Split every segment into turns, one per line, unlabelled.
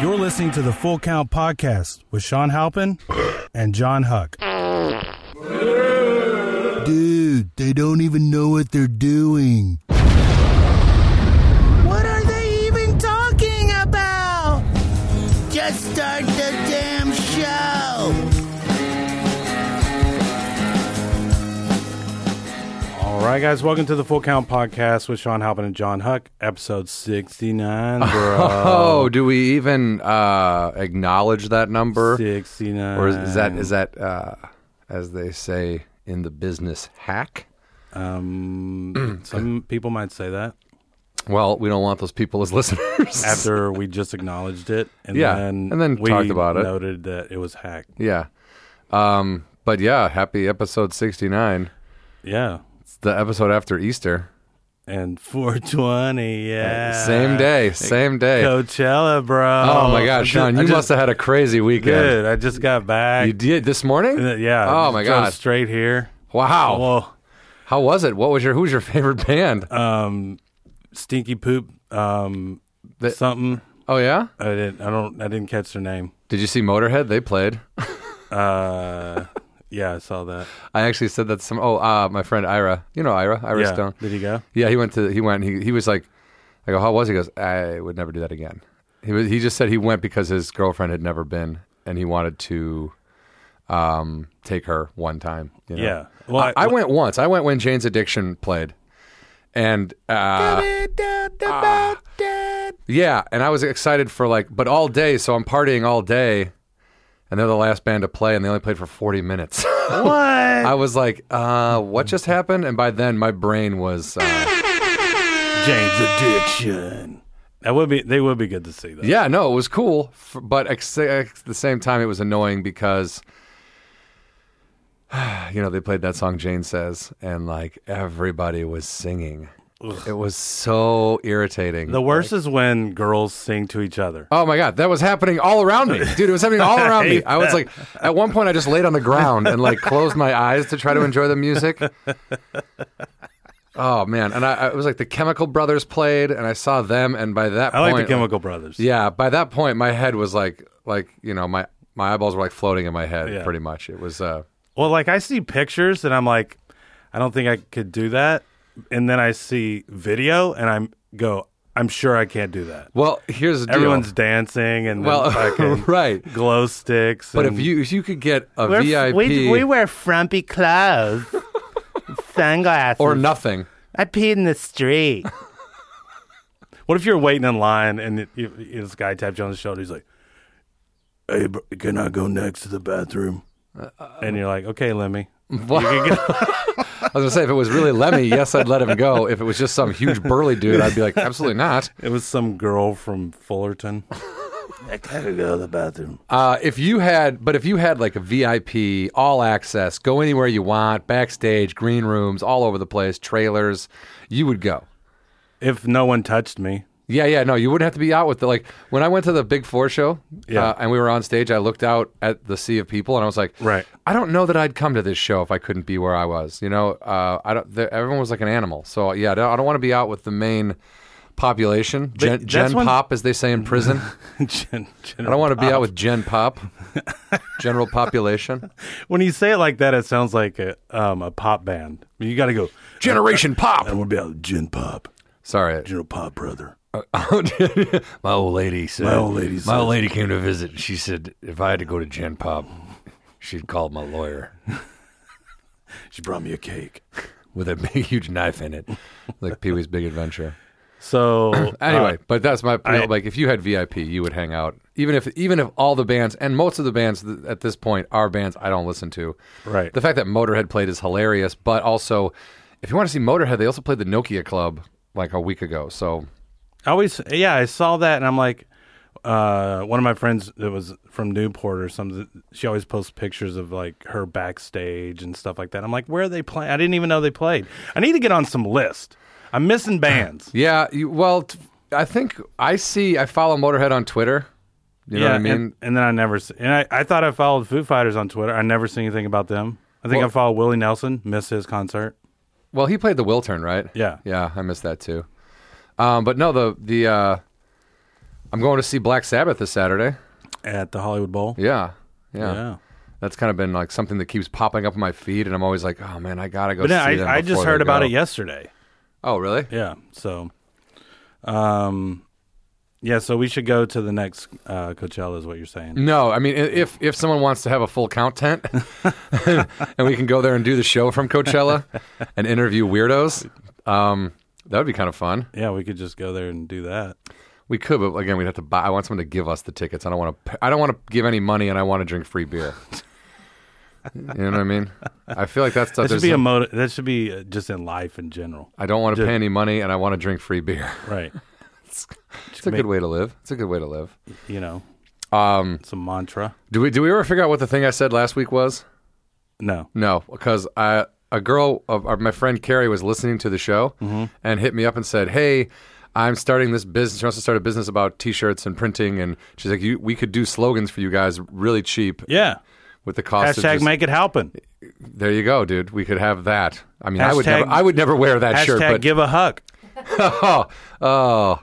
You're listening to the Full Count Podcast with Sean Halpin and John Huck.
Dude, they don't even know what they're doing.
What are they even talking about? Just start the damn show.
All right, guys, welcome to the Full Count Podcast with Sean Halpin and John Huck, episode 69, bro.
Oh, do we even uh, acknowledge that number,
69.
or is, is that is that uh, as they say in the business hack?
um, some people might say that
Well, we don't want those people as listeners.
after we just acknowledged it and
Yeah,
then
and then
we
talked about it.
noted that it was hacked.
yeah, um, but yeah, happy episode sixty nine.
Yeah.
It's the episode after Easter,
And 420, yeah.
Uh, same day, same day.
Coachella, bro.
oh my God,
Ju-
Sean,
I
you
just-
must have had a crazy weekend.
Dude, I just got back.
You did this morning?
Uh, Yeah.
Oh
just
my
drove
God.
Straight here.
Wow.
Well, Uh,
How was it? What was your who's your favorite band?
um, stinky poop. Um,
The-
something.
oh yeah,
I didn't. I don't. I didn't catch their name.
did you see Motorhead? They played.
Uh, yeah, I saw that.
I actually said that to some. Oh, uh, my friend Ira. You know Ira. Ira
yeah.
Stone.
Did he go?
Yeah, he went to. He went. He he was like, I go, how was? He He goes, I would never do that again. He was, he just said he went because his girlfriend had never been, and he wanted to, um, take her one time. you know?
Yeah. Well,
I, I went once. I went when Jane's Addiction played, and uh, ah. yeah, and I was excited for like, but all day. So I'm partying all day, and they're the last band to play, and they only played for 40 minutes.
What?
I was like, uh, what just happened? And by then, my brain was. Uh,
James Addiction. That would be. They would be good to see that.
yeah, no, it was cool. f- But ex- at the same time, it was annoying because, you know, they played that song Jane Says, and like everybody was singing. It was so irritating.
The worst is when girls sing to each other.
Oh my god, that was happening all around me, dude. It was happening all around me. I was like, at one point, I just laid on the ground and like closed my eyes to try to enjoy the music. Oh man, and I, I it was like the Chemical Brothers played, and I saw them, and by that
I
point,
like the Chemical Brothers.
yeah, by that point, my head was like, like you know, my my eyeballs were like floating in my head,
Yeah.
pretty much. It was, uh,
Well, like I see pictures and I'm like, I don't think I could do that. And then I see video and I'm go, I'm sure I can't do that.
well, here's the deal.
Everyone's dancing and
Well,
well, fucking
right.
glow sticks.
but
and-
if you if you could get a
We're f-
VIP
We, we wear frumpy clothes, sunglasses.
or nothing,
I peed in the street.
what if you're waiting in line and it, you, you- this guy taps you on the shoulder? He's like, Hey, bro, can I go next to the bathroom? and you're like, Okay, Lemmy.
Well, I was gonna say if it was really Lemmy, yes, I'd let him go. If it was just some huge burly dude, I'd be like, absolutely not.
It was some girl from Fullerton. I gotta go to the bathroom.
Uh, if you had, but if you had like a VIP, all access, go anywhere you want, backstage, green rooms, all over the place, trailers, you would go.
If no one touched me,
Yeah, yeah, no, you wouldn't have to be out with the like when I went to the Big Four show,
Yeah.
uh, and we were on stage. I looked out at the sea of people, and I was like,
Right.
I don't know that I'd come to this show if I couldn't be where I was. You know, uh, I don't. The, everyone was like an animal, so yeah, I don't, I don't want to be out with the main population, gen,
that's
gen
when-
pop as they say in prison.
Gen-
I don't want to be out with gen pop, general population,
When you say it like that, it sounds like a, um, a pop band. You got to go.
generation
I
pop.
want to be out with Gen Pop,
Sorry,
General Pop brother.
my old lady said. My
old lady
My
said-
old lady came to visit. She said if I had to go to Gen Pop, she'd call my lawyer
She brought me a cake.
with a big, huge knife in it, like Pee Wee's Big Adventure.
So
Anyway,
uh,
but that's my
I-
like. If you had VIP, you would hang out. Even if even if all the bands and most of the bands th- at this point are bands I don't listen to.
Right.
The fact that Motorhead played is hilarious, but also if you want to see Motorhead, they also played the Nokia Club like a week ago. So
I always, yeah, I saw that and I'm like, uh, one of my friends that was from Newport or something, she always posts pictures of like her backstage and stuff like that. I'm like, where are they playing? I didn't even know they played. I need to get on some list. I'm missing bands.
yeah, you, well, t- I think I see I follow Motorhead on Twitter. You know what I mean?
and, and then I never, s- and I, I thought I followed Foo Fighters on Twitter. I never see anything about them. I think
Well-
I followed Willie Nelson, missed his concert.
Well, he played the Wiltern, right?
Yeah.
Yeah, I missed that too. Um, but no, the the uh, I'm going to see Black Sabbath this Saturday.
at the Hollywood Bowl.
Yeah. Yeah.
Yeah.
That's kind of been like something that keeps popping up on my feed, and I'm always like, oh man, I gotta go
But
see
no,
them
I, I
before
just
they
heard about
go.
it yesterday.
Oh, really?
Yeah. So, um, yeah. So we should go to the next uh, Coachella, is what you're saying.
No, I mean, i- if if someone wants to have a full count tent, and we can go there and do the show from Coachella and interview weirdos, um, that would be kind of fun.
Yeah, we could just go there and do that.
We could, but again, we'd have to buy. I want someone to give us the tickets. I don't want to. I don't want to give any money, and I want to drink free beer. you know what I mean? I feel like that's stuff.
That should
there's
be a
some-
motive. That should be uh, just in life in general,
I don't want to pay any money, and I want to drink free beer.
right?
It's a good way to live. It's a good way to live.
You know,
Um,
it's a mantra.
do we? Do we ever figure out what the thing I said last week was?
No,
No, because I a girl of of my friend Carrie was listening to the show and hit me up and said, "Hey, I'm starting this business. She wants to start a business about T-shirts and printing." And she's like, you, "We could do slogans for you guys really cheap
yeah.
with the cost." of
Hashtag
just-
make it happen.
There you go, dude. We could have that. I mean, I would
Hashtag-
never, I would never wear that
Hashtag
shirt, but
give a hug.
oh, oh.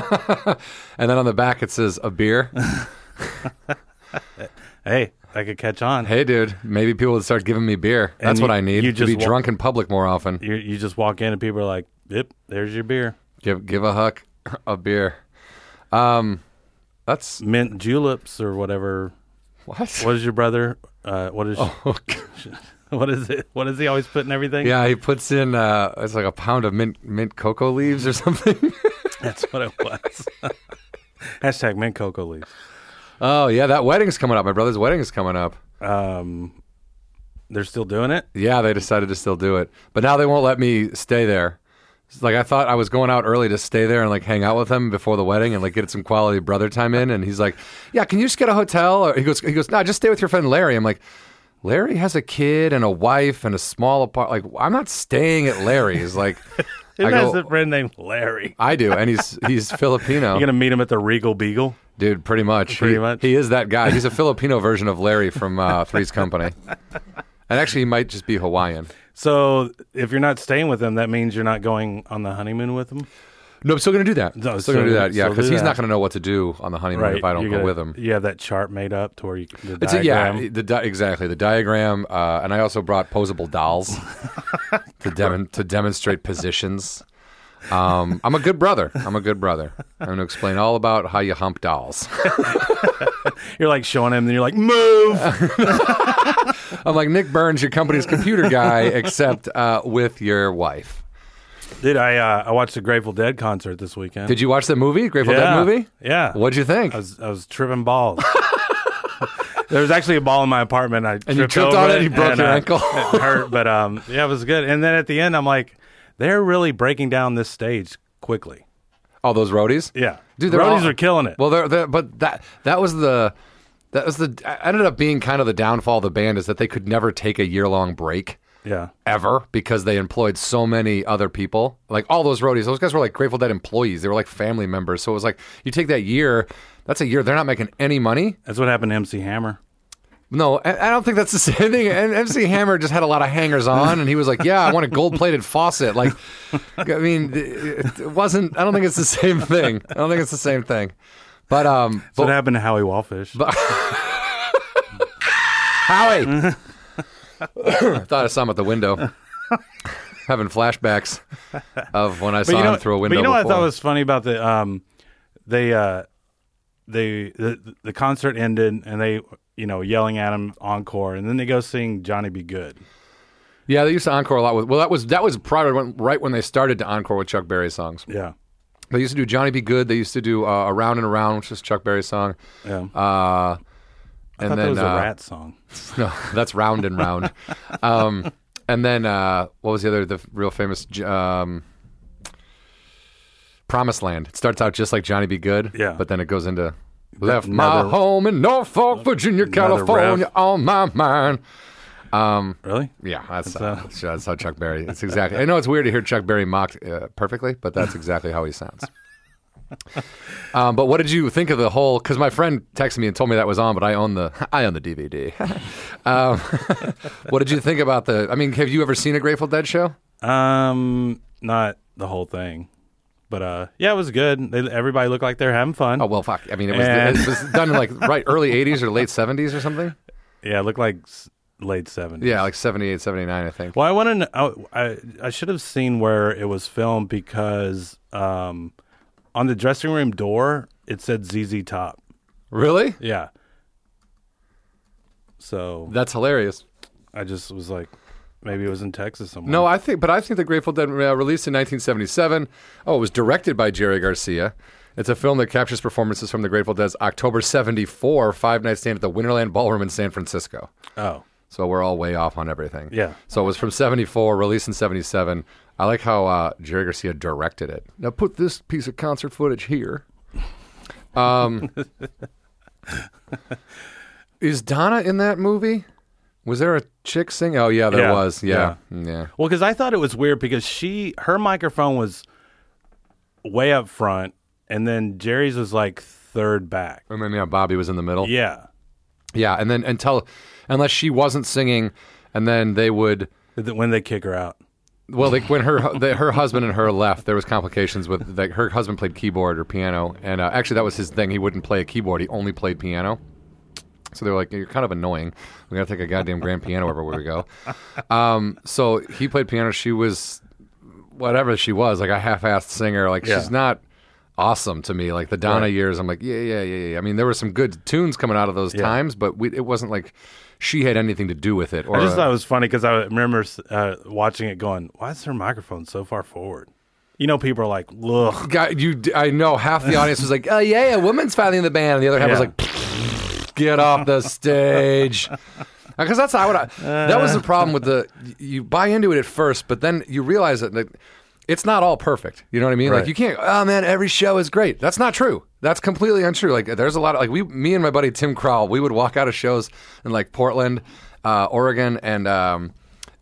and then on the back it says a beer.
Hey, that could catch on.
hey, dude, maybe people would start giving me beer.
And
That's what
you-
I need
you
to
just
be
wa-
drunk in public more often.
You, you just walk in and people are like, "Yep, there's your beer,
Give give a huck a beer. Um, that's
mint juleps or whatever."
what?
What is your brother? Uh, what is
Oh.
what is it? What is he always putting everything?
yeah, he puts in uh, it's like a pound of mint mint cocoa leaves or something.
that's what it was. Hashtag mint cocoa leaves.
oh yeah, that wedding's coming up. My brother's wedding is coming up.
Um, they're still doing it.
Yeah, they decided to still do it, but now they won't let me stay there. It's like I thought I was going out early to stay there and like hang out with him before the wedding and like get some quality brother time in. And he's like, "Yeah, can you just get a hotel?" Or he goes, "He goes, no, just stay with your friend Larry." I'm like, "Larry has a kid and a wife and a small apartment. Like, I'm not staying at Larry's. Like,
Who
I
has
go-
a friend named Larry?
I do, and he's he's Filipino,
You're gonna meet him at the Regal Beagle.
dude. Pretty much,
Pretty
he,
much.
he is that guy. He's a Filipino version of Larry from uh, Three's Company, and actually, he might just be Hawaiian.
So if you're not staying with him, that means you're not going on the honeymoon with him,
No, I'm still gonna do that.
No,
I'm still gonna
so-
do that. Yeah,
so do
because he's
that.
not gonna know what to do on the honeymoon if I don't
You're
go
gonna-
with him.
You have that chart made up to where you can.
It's a- yeah, the di- exactly the diagram, uh, and I also brought posable dolls to demon to demonstrate positions. Um, I'm a good brother. I'm a good brother. I'm going to explain all about how you hump dolls.
You're like showing him, and you're like, move.
I'm like Nick Burns, your company's computer guy, except uh, with your wife.
Dude, I uh, I watched the Grateful Dead concert this weekend.
Did you watch that movie, Grateful
Yeah.
Dead movie?
Yeah.
What'd you think?
I was I was tripping balls. there was actually a ball in my apartment. I
you tripped
over
on it and you broke your
uh,
ankle.
it hurt, but um, yeah, it was good. And then at the end, I'm like, they're really breaking down this stage quickly.
all those roadies.
Yeah,
Dude,
the
they're
roadies
all-
are killing it.
Well, they're, they're, but that that was the that was the I- ended up being kind of the downfall of the band is that they could never take a year long break
yeah,
ever because they employed so many other people. Like all those roadies, those guys were like Grateful Dead employees. They were like family members. So it was like you take that year. That's a year they're not making any money.
that's what happened to MC Hammer.
No, I I don't think that's the same thing. And MC Hammer just had a lot of hangers on, and he was like, "Yeah, I want a gold plated faucet." Like, I mean, it it wasn't. I don't think it's the same thing. I don't think it's the same thing. But um,
That's
but
what happened to Howie Wallfish.
Howie. I thought I saw him at the window, having flashbacks of when I saw him through a window.
But you know what I
before.
thought was funny about the um, they uh, they the, the concert ended and they you know yelling at him encore and then they go sing Johnny Be Good.
Yeah, they used to encore a lot with. Well, that was that was probably when, right when they started to encore with Chuck Berry songs.
Yeah,
They used to do Johnny Be Good. They used to do uh, Around and Around, which is Chuck Berry's song.
yeah.
Uh,
I
and
thought
then
that was
uh,
a rat song.
no, that's round and round. um, and then uh, what was the other the real famous j- um, Promised Land? It starts out just like Johnny Be Good,
Yeah.
but then it goes into left
Another-
my home in Norfolk, Virginia, California
riff.
on my mind.
Really?
Yeah, that's uh, that's, that's how Chuck Berry. It's exactly. I know it's weird to hear Chuck Berry mocked uh, perfectly, but that's exactly how he sounds. Um, but what did you think of the whole? Because my friend texted me and told me that was on, but I own the I own the DVD. um, what did you think about the? I mean, have you ever seen a Grateful Dead show?
Um, not the whole thing, But uh, yeah, it was good. They, everybody looked like they're having fun.
Oh well, fuck. I mean, it was,
And-
it was done in like right early '80s or late '70s or something.
Yeah, it looked like s- late 70s.
Yeah, like '78, '79, I think.
Well, I want to know. I, I, I should have seen where it was filmed because um, on the dressing room door, it said ZZ Top.
Really?
Yeah. So
That's hilarious.
I just was like, maybe it was in Texas somewhere.
No, I think, but I think the Grateful Dead uh, released in 1977. Oh, it was directed by Jerry Garcia. It's a film that captures performances from the Grateful Dead's October '74 five-night stand at the Winterland Ballroom in San Francisco.
Oh,
So we're all way off on everything.
Yeah.
So it was from 74, released in 77. I like how uh, Jerry Garcia directed it. Now put this piece of concert footage here. Um, is Donna in that movie? Was there a chick singing? Oh, yeah, there
Yeah,
was. Yeah. Mm, Yeah.
well, because I thought it was weird because she her microphone was way up front, and then Jerry's was like third back.
And then, yeah, Bobby was in the middle.
Yeah.
Yeah, And then until, unless she wasn't singing, and then they would.
Th- When they kick her out.
Well, like when her the, her husband and her left, there was complications with like her husband played keyboard or piano, and uh, actually that was his thing. He wouldn't play a keyboard; he only played piano. So they were like, "You're kind of annoying. We gotta take a goddamn grand piano everywhere we go." Um, so he played piano. She was whatever she was, like a half-assed singer. Like
Yeah.
she's not awesome to me. Like the Donna years, I'm like, yeah, yeah, yeah, yeah. I mean, there were some good tunes coming out of those times, but we, it wasn't like she had anything to do with it. Or
I just
uh,
thought it was funny because I remember uh, watching it going, why is her microphone so far forward? You know, people are like, look.
Guy, you, d- I know half the audience was like, "Oh yeah, a woman's finally in the band," and the other half was
Yeah.
like, "Get off the stage," because that's how I would. I, that was the
Uh.
problem with the. You buy into it at first, but then you realize that like, it's not all perfect. You know what I mean? Like
Right.
you can't. Oh man, every show is great. That's not true. That's completely untrue. Like there's a lot of like we, me and my buddy Tim Crowell, we would walk out of shows in like Portland, uh, Oregon, and. um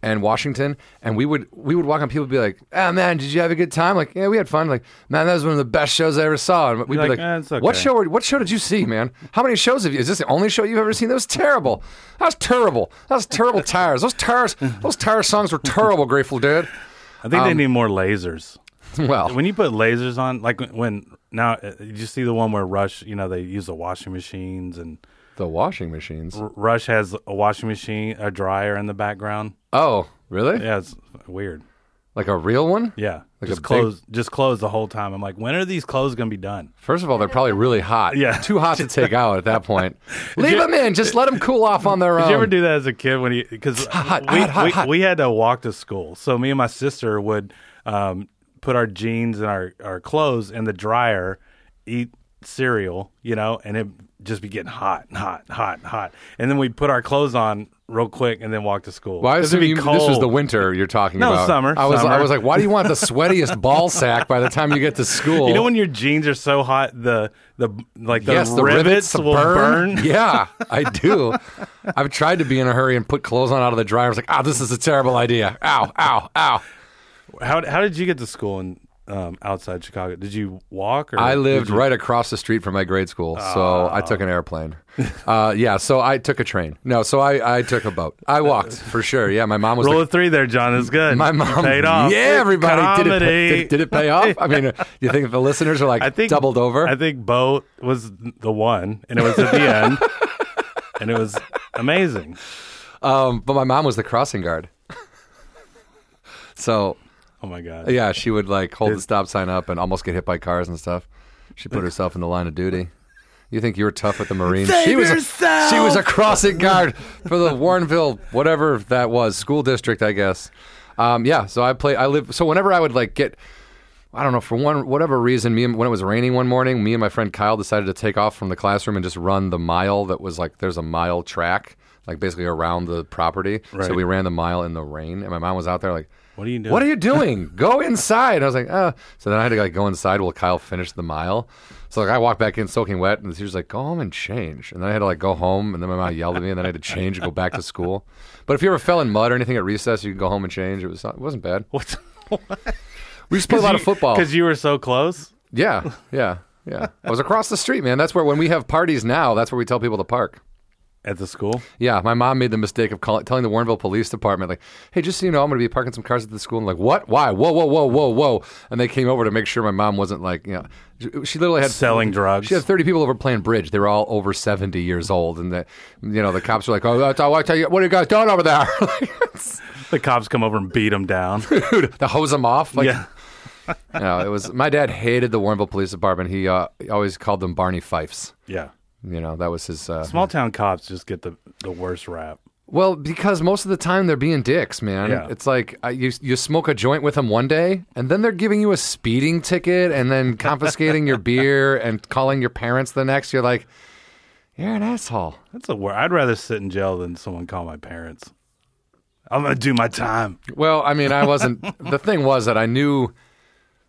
and Washington, and we would we would walk on. People would be like, "Ah, man, did you have a good time?" Like, "Yeah, we had fun." Like, "Man, that was one of the best shows I ever saw." And we'd
You're
be
like,
like,
"Eh, it's
"What
okay."
show? Were, what show did you see, man? How many shows have you? Is this the only show you've ever seen? That was terrible. That was terrible. That was terrible tires. Those tires. Those tire songs were terrible. Grateful Dead.
I think they need more lasers.
Well,
When you put lasers on, like when now, uh, did you see the one where Rush, you know, they use the washing machines and
the washing machines.
R- Rush has a washing machine, a dryer in the background.
Oh, really?
Yeah, it's weird.
Like a real one?
Yeah.
Like a
just
big-
clothes, just clothes the whole time. I'm like, when are these clothes going to be done?
First of all, they're probably really hot.
Yeah.
too hot to take out at that point. Leave them in. Just let them cool off on their
Did
own.
you ever do that as a kid when you because
Um, hot,
we,
hot, hot,
we,
hot.
we had to walk to school, so me and my sister would um, put our jeans and our, our clothes in the dryer, eat cereal, you know, and it just be getting hot, and hot, hot, and hot, and then we'd put our clothes on real quick and then walk to school.
Well, I
This would
assume
be
you, this was the
cold.
winter you're talking
No,
about.
summer,
I was, I
summer.
was like, why do you want the sweatiest ball sack by the time you get to school?
You know when your jeans are so hot, the the like the,
yes, the
rivets, will burn.
yeah, I do. I've tried to be in a hurry and put clothes on out of the dryer. I was like, ah, this is a terrible idea. Ow, ow, ow.
How how did you get to school in um, outside Chicago? Did you walk? Or
I
did
lived
you-
right across the street from my grade school, so I took an airplane. Uh, yeah, so I took a train. No, so I, I took a boat. I walked for sure. Yeah, my mom was
Roll
like,
of three there, John. It's good.
My
You
mom
paid off.
Yeah, everybody did it, pay,
Comedy.
did, did it pay off? I mean, you think the listeners are like
I think
doubled over?
I think boat was the one, and it was at the end, and it was amazing.
Um, but my mom was the crossing guard. so
Oh my god.
yeah, she would like hold the stop sign up and almost get hit by cars and stuff. She put herself in the line of duty. You think you were tough at the Marines?
Save
she was a,
yourself!
she was a crossing guard for the Warrenville, whatever that was, school district, I guess. Um, yeah, so I play. I live. So whenever I would like get I don't know for one whatever reason. Me and when it was raining one morning, me and my friend Kyle decided to take off from the classroom and just run the mile that was like there's a mile track, like basically around the property. So
Right.
we ran the mile in the rain, and my mom was out there like,
What are you doing?
"What are you doing? go inside!" And I was like, "Uh." So then I had to like go inside while Kyle finished the mile. So like I walked back in soaking wet, and she was like, "Go home and change." And then I had to like go home, and then my mom yelled at me, and then I had to change and go back to school. But if you ever fell in mud or anything at recess, you could go home and change. It was not, it wasn't bad.
What?
We used to play a lot of football
because you were so close.
yeah, yeah, yeah. I was across the street, man. That's where when we have parties now, that's where we tell people to park.
at the school.
Yeah, my mom made the mistake of calling, telling the Warrenville Police Department, like, "Hey, just so you know, I'm going to be parking some cars at the school." And like, what? Why? Whoa, whoa, whoa, whoa, whoa! And they came over to make sure my mom wasn't like, you know, she, she literally had
Selling drugs.
She had 30 people over playing bridge. They were all over 70 years old, and the, you know, the cops were like, "Oh, that's all I tell you. What are you guys doing over there?" like,
The cops come over and beat him down.
dude, to hose them off. Like,
yeah.
you know, it was my dad hated the Warrenville Police Department. He uh, always called them Barney Fifes.
Yeah.
You know, that was his. Uh,
Small town cops just get the, the worst rap.
Well, because most of the time they're being dicks, man.
Yeah.
It's like uh, you you smoke a joint with them one day, and then they're giving you a speeding ticket, and then confiscating your beer, and calling your parents the next. You're like, you're an asshole.
That's a word. I'd rather sit in jail than someone call my parents. I'm going to do my time.
Well, I mean, I wasn't. the thing was that I knew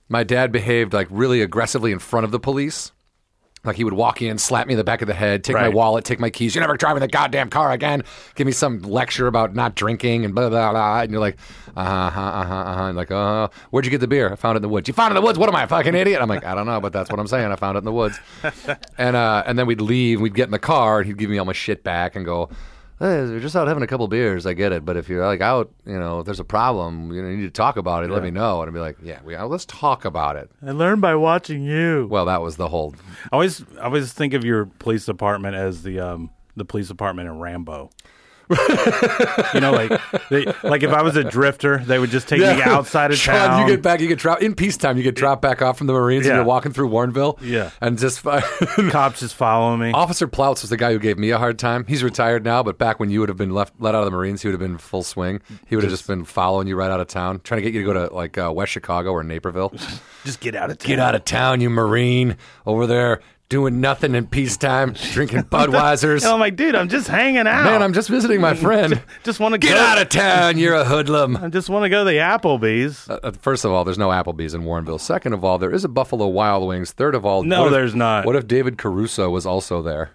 my dad behaved like really aggressively in front of the police. Like he would walk in, slap me in the back of the head, take my
Right.
wallet, take my keys. You're never driving the goddamn car again. Give me some lecture about not drinking and blah blah blah. And you're like, uh huh, uh huh, uh huh. And like, uh, where'd you get the beer? I found it in the woods. You found it in the woods. What am I, a fucking idiot? I'm like, I don't know, but that's what I'm saying. I found it in the woods. and uh, and then we'd leave. We'd get in the car, and he'd give me all my shit back and go. Hey, we're just out having a couple beers. I get it, but if you're like out, you know, if there's a problem, you, know, you need to talk about it. Let me know, and I'd be like, yeah, we let's talk about it.
I learned by watching you.
Well, that was the whole
I always, I always think of your police department as the um, the police department in Rambo. you know, like they, like if I was a drifter, they would just take me outside of
Sean,
town.
You get back, you get dropped in peacetime. You get dropped back off from the Marines,
Yeah.
and you're walking through Warrenville.
Yeah.
and just
Cops just follow me.
Officer Plouts was the guy who gave me a hard time. He's retired now, but back when you would have been left let out of the Marines, he would have been full swing. He would have just been following you right out of town, trying to get you to go to like uh, West Chicago or Naperville.
Just get out of town.
get out of town, you Marine over there doing nothing in peacetime, drinking Budweisers.
And I'm like, dude, I'm just hanging out.
Man, I'm just visiting my friend.
just want to
Get out of town, you're a hoodlum.
I just want to go to the Applebee's.
Uh, first of all, there's no Applebee's in Warrenville. Second of all, there is a Buffalo Wild Wings. Third of all,
No,
what if-
there's not.
What if David Caruso was also there?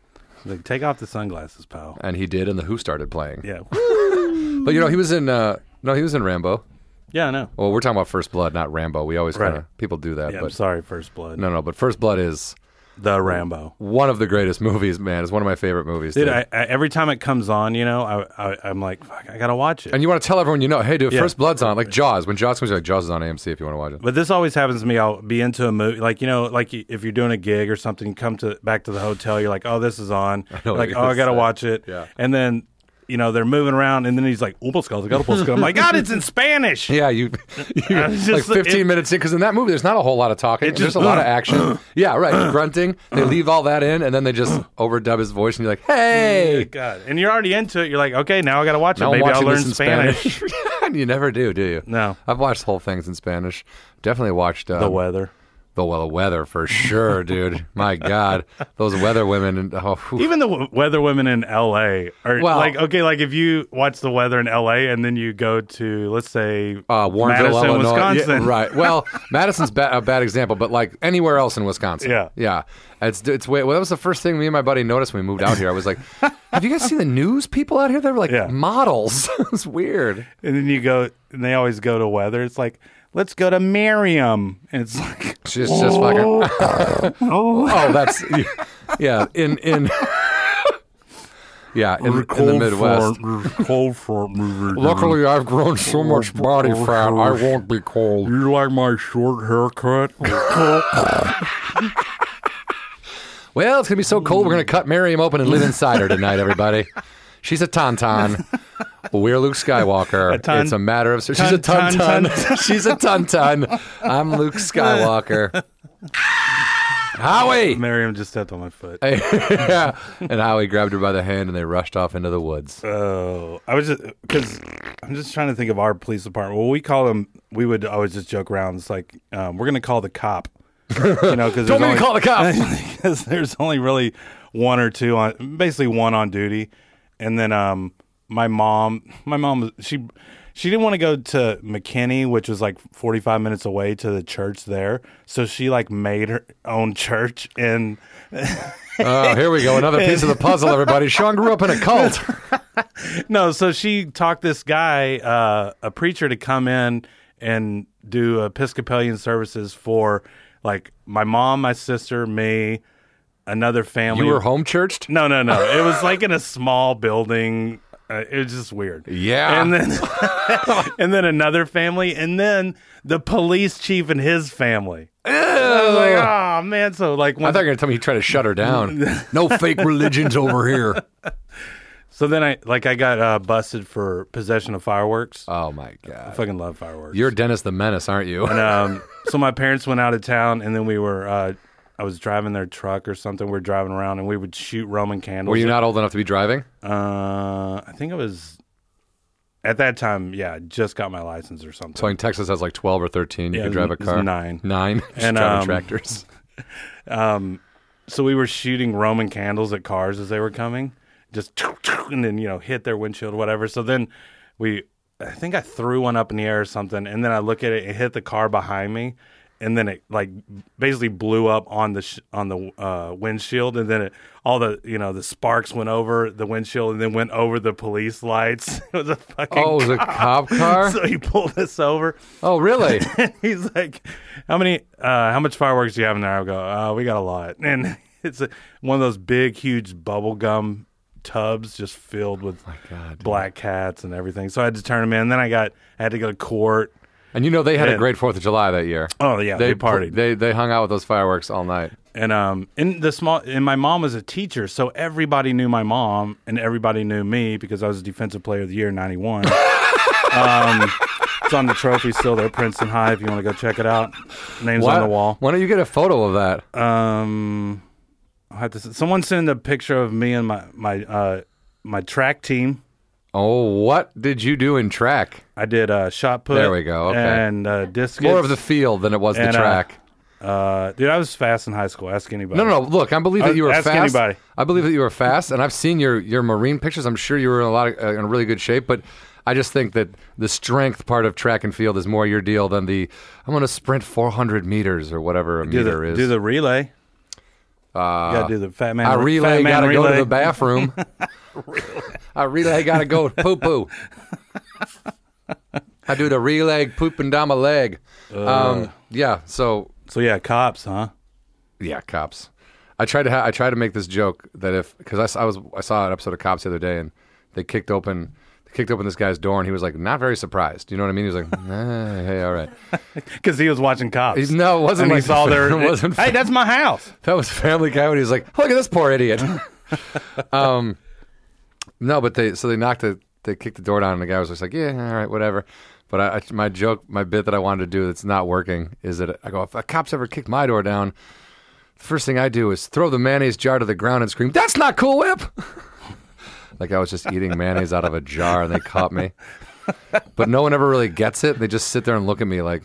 Like, take off the sunglasses, pal.
And he did, and the Who started playing.
Yeah,
But you know, he was in. Uh, no, he was in Rambo.
yeah, I know.
Well, we're talking about First Blood, not Rambo. We always
Right.
kind of people do that,
Yeah, I'm
but
sorry, First Blood.
no, no. But First Blood is
The Rambo.
one of the greatest movies, man. It's one of my favorite movies.
Dude,
dude.
I, I, every time it comes on, you know, I, I, I'm like, fuck, I gotta watch it.
and you want to tell everyone you know, hey, dude,
Yeah.
First Blood's on, like Jaws. When Jaws comes, you're like Jaws is on AMC if you want to watch it.
But this always happens to me. I'll be into a movie, like you know, like y- if you're doing a gig or something, you come to back to the hotel. You're like, oh, this is on.
know what
like,
you're
oh, I gotta
saying.
watch it.
Yeah.
And then, you know, they're moving around, and then he's like, "Uboscos, I gotta buscar." I'm like, God, it's in Spanish.
Yeah, you, you
I was
like
just-
15
it-
minutes in because in that movie there's not a whole lot of talking.
It
There's
just-
a lot of action. yeah, right. Grunting. They leave all that in and then they just overdub his voice and you're like,
Yeah,
hey,
God, and you're already into it. You're like, okay, now I gotta watch it.
now I'm
Mm-hmm. Maybe I'll
watching
learn
this in
Spanish.
and you never do, do you?
No.
I've watched whole things in Spanish. Definitely watched uh,
The weather.
the well, the weather for sure, dude. My God, those weather women. And, oh, whew.
Even the w- weather women in L.A. are
Well-
like okay, like if you watch the weather in L.A. and then you go to let's say
uh, Warrenville,
Madison,
Illinois. Yeah,
Wisconsin,
right. Well, Madison's ba- a bad example, but like anywhere else in Wisconsin.
Yeah.
Yeah. It's it's way. Well, that was the first thing me and my buddy noticed when we moved out here. I was like, "Have you guys seen the news people out here? They're like
Yeah.
models. it's weird.
And then you go, and they always go to weather. It's like, let's go to Merriam. And it's like,
She's just fucking. oh, that's yeah. In in yeah. In, in the Midwest.
cold front movie.
Luckily, I've grown so much body fat, I won't be cold.
you like my short haircut?
Well, it's gonna be so cold. We're gonna cut Miriam open and live inside her tonight, everybody. She's a tauntaun. We're Luke Skywalker.
ton-
it's a matter of she's a
ton- ton- ton-
tauntaun. she's a tauntaun. I'm Luke Skywalker. Howie,
Merriam just stepped on my foot.
yeah. and Howie grabbed her by the hand, and they rushed off into the woods.
Oh, I was just because I'm just trying to think of our police department. Well, we call them. We would always just joke around. It's like um, we're gonna call the cop. You know, because
Don't make me call the cop.
because there's only really one or two on, basically one on duty, and then um, my mom, my mom, she she didn't want to go to McKinney, which was like 45 minutes away to the church there, so she like made her own church and.
Oh, here we go. Another piece of the puzzle, everybody. Sean grew up in a cult.
No, so she talked this guy, uh, a preacher, to come in and do Episcopalian services for like my mom, my sister, me, another family.
You were home churched?
No, no, no. It was like in a small building. Uh, it was just weird.
Yeah.
And then, and then another family, and then the police chief and his family. I was like, oh man. So like,
I
when,
thought you were going to tell me you tried to shut her down. no fake religions over here.
so then I like I got uh, busted for possession of fireworks.
Oh, my
I
God.
fucking love fireworks.
You're Dennis the Menace, aren't you?
And, um, so my parents went out of town, and then we were. Uh, I was driving their truck or something. We were driving around, and we would shoot Roman candles.
Were you not old enough to be driving?
Uh, I think it was at that time. Yeah, I just got my license or something.
So in Texas, I was like 12 or 13. You
Yeah, it
could drive a
was- it was
car.
nine.
Nine. Just
And,
driving
um,
tractors.
so we were shooting Roman candles at cars as they were coming, just and then you know hit their windshield, whatever. So then we, I think I threw one up in the air or something, and then I look at it, it hit the car behind me, and then it like basically blew up on the sh- on the uh, windshield, and then it all the you know the sparks went over the windshield, and then went over the police lights. it was a fucking
Oh, it was a cop car?
So you pull this over,
Oh, really?
and he's like, "How many? Uh, how much fireworks do you have in there?" I go, uh, "We got a lot." And it's a, one of those big, huge bubblegum tubs just filled with
Oh God, dude.
black cats and everything. So I had to turn them in. Then I got, I had to go to court.
And you know they had a
Yeah.
great 4th of July that year.
Oh yeah, they,
pl-
partied.
They, they hung out with those fireworks all night.
and um, in the small, and my mom was a teacher, so everybody knew my mom, and everybody knew me because I was a defensive player of the year in '91. um, it's on the trophy still there, Princeton High. If you want to go check it out, names
Why-
on the wall. Uh,
Why don't you get a photo of that?
Um, I have to. Someone send a picture of me and my my uh, my track team.
oh, what did you do in track?
I did uh, shot put.
There we go, okay.
And uh, discus.
More of the field than it was
And,
the
uh,
track.
Uh, dude, I was fast in high school. Ask anybody.
No, no, no. Look, I believe that
Uh,
you were
ask
fast.
anybody.
I believe that you were fast, and I've seen your your marine pictures. I'm sure you were in a lot of, uh, in really good shape, but. I just think that the strength part of track and field is more your deal than the I'm going to sprint 400 meters or whatever a
Do
meter
the
is.
do the relay. Uh, you gotta do the fat man.
I relay,
fat man
got to go
relay.
to the bathroom. I relay, got to go poo poo. I do the relay pooping down my leg.
Uh,
um, yeah, so
So yeah, cops, huh?
yeah, cops. I tried to ha- I tried to make this joke that if because I, s- I was I saw an episode of Cops the other day and they kicked open they kicked open this guy's door and he was like not very surprised. You know what I mean? He was like, "Eh, hey, all right.
Because he was watching cops.
He's- no, it wasn't
And
like
he saw
that.
their.
It wasn't-
Hey, that's my house.
That was Family Guy when he was like, "Look at this poor idiot." um, no, but they so they knocked the they kicked the door down and the guy was just like, "Yeah, all right, whatever." But I, I, my joke, my bit that I wanted to do that's not working is that I go, if a cop's ever kicked my door down, the first thing I do is throw the mayonnaise jar to the ground and scream, "That's not Cool Whip!" like I was just eating mayonnaise out of a jar and they caught me. But no one ever really gets it. They just sit there and look at me like,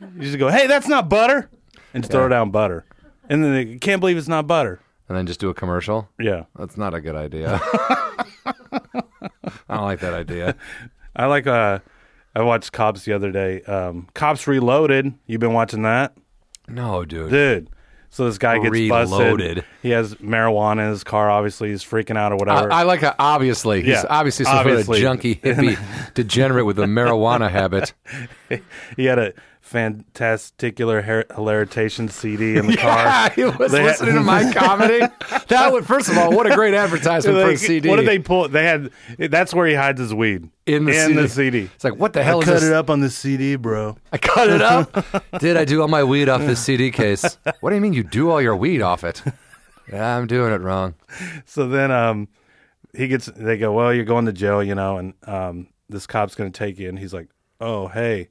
You just go, hey, that's not butter, and just throw down butter, and then they can't believe it's not butter.
and then just do a commercial.
Yeah.
That's not a good idea. I don't like that idea.
I like uh I watched Cops the other day. Um Cops Reloaded. You've been watching that?
No, dude.
Dude. So this guy gets
Reloaded.
busted. He has marijuana in his car, obviously he's freaking out or
I,
whatever.
I like how obviously he's
Yeah,
obviously some
obviously.
sort of junkie hippie degenerate with a marijuana habit.
he had a fantasticular her- hilaritation CD in the
Yeah,
car.
he was
They had-
listening to my comedy. That would first of all, what a great advertisement for a
Like,
CD.
What did they pull? They had that's where he hides his weed
in the, CD. It's like what the hell
I
is
cut
this?
it up on the CD, bro.
I cut it up. Did I do all my weed off this CD case? What do you mean you do all your weed off it? Yeah, I'm doing it wrong.
so then um he gets they go well you're going to jail you know and um this cop's going to take you and he's like oh hey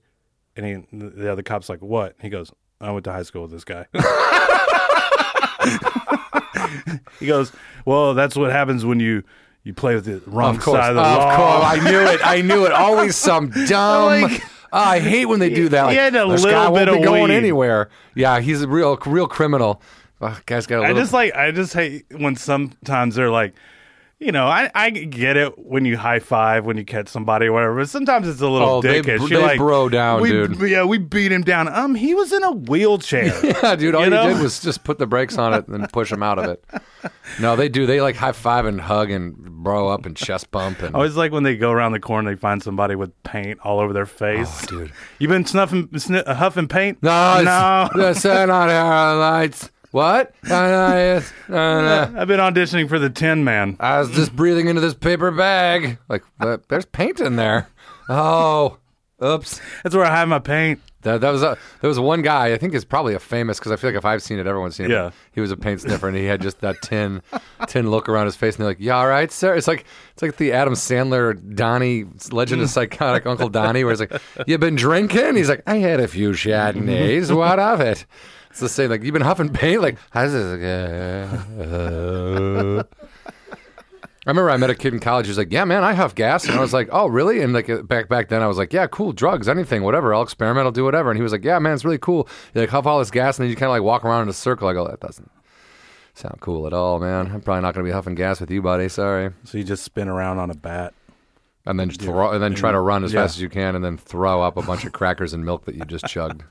and he, the other cop's like what he goes i went to high school with this guy he goes well that's what happens when you you play with the wrong
Of course,
side of the
of
law
course. I knew it. I knew it. Always some dumb.
Like-
Oh, I hate when they do that. Like,
He had a
this
little
guy won't
bit
be
of
going
weed.
anywhere. Yeah, he's a real, real criminal. Oh, guy's got a
I
little.
just like I just hate when sometimes they're like, you know, I, I get it when you high five when you catch somebody or whatever, but sometimes it's a little
Oh, they
dickish.
br-
You're
they
like,
bro down,
"We-
dude."
Yeah, we beat him down. Um, he was in a wheelchair.
yeah, dude. All
you
you,
know?
did was just put the brakes on it and push him out of it. No, they do. They like high five and hug and bro up and chest bump and.
I always like when they go around the corner, they find somebody with paint all over their face.
Oh, dude.
you been snuffing, sn- uh, huffing paint?
no,
no.
it's- the sun on our lights. What? Uh, uh, yes. Uh, uh.
I've been auditioning for the Tin Man.
I was just breathing into this paper bag. Like, uh, there's paint in there. Oh, oops.
That's where I hide my paint.
That, that was a, there was one guy I think is probably a famous because I feel like if I've seen it, everyone's seen it.
Yeah.
he was a paint sniffer and he had just that tin tin look around his face and they're like, "Yeah, all right, sir." It's like it's like the Adam Sandler Donnie Legend of Psychotic Uncle Donnie where he's like, "You been drinking?" He's like, "I had a few Chardonnays. What of it?" It's the same. Like you've been huffing paint. Like how's this? Uh, I remember I met a kid in college who's like, "Yeah, man, I huff gas," and I was like, "Oh, really?" And like uh, back back then, I was like, "Yeah, cool, drugs, anything, whatever. I'll experiment, I'll do whatever." And he was like, "Yeah, man, it's really cool. You like huff all this gas, and then you kind of like walk around in a circle." I go, "That doesn't sound cool at all, man. I'm probably not going to be huffing gas with you, buddy. Sorry."
So you just spin around on a bat.
And then just throw, and then try to run as
Yeah.
fast as you can, and then throw up a bunch of crackers and milk that you just chugged.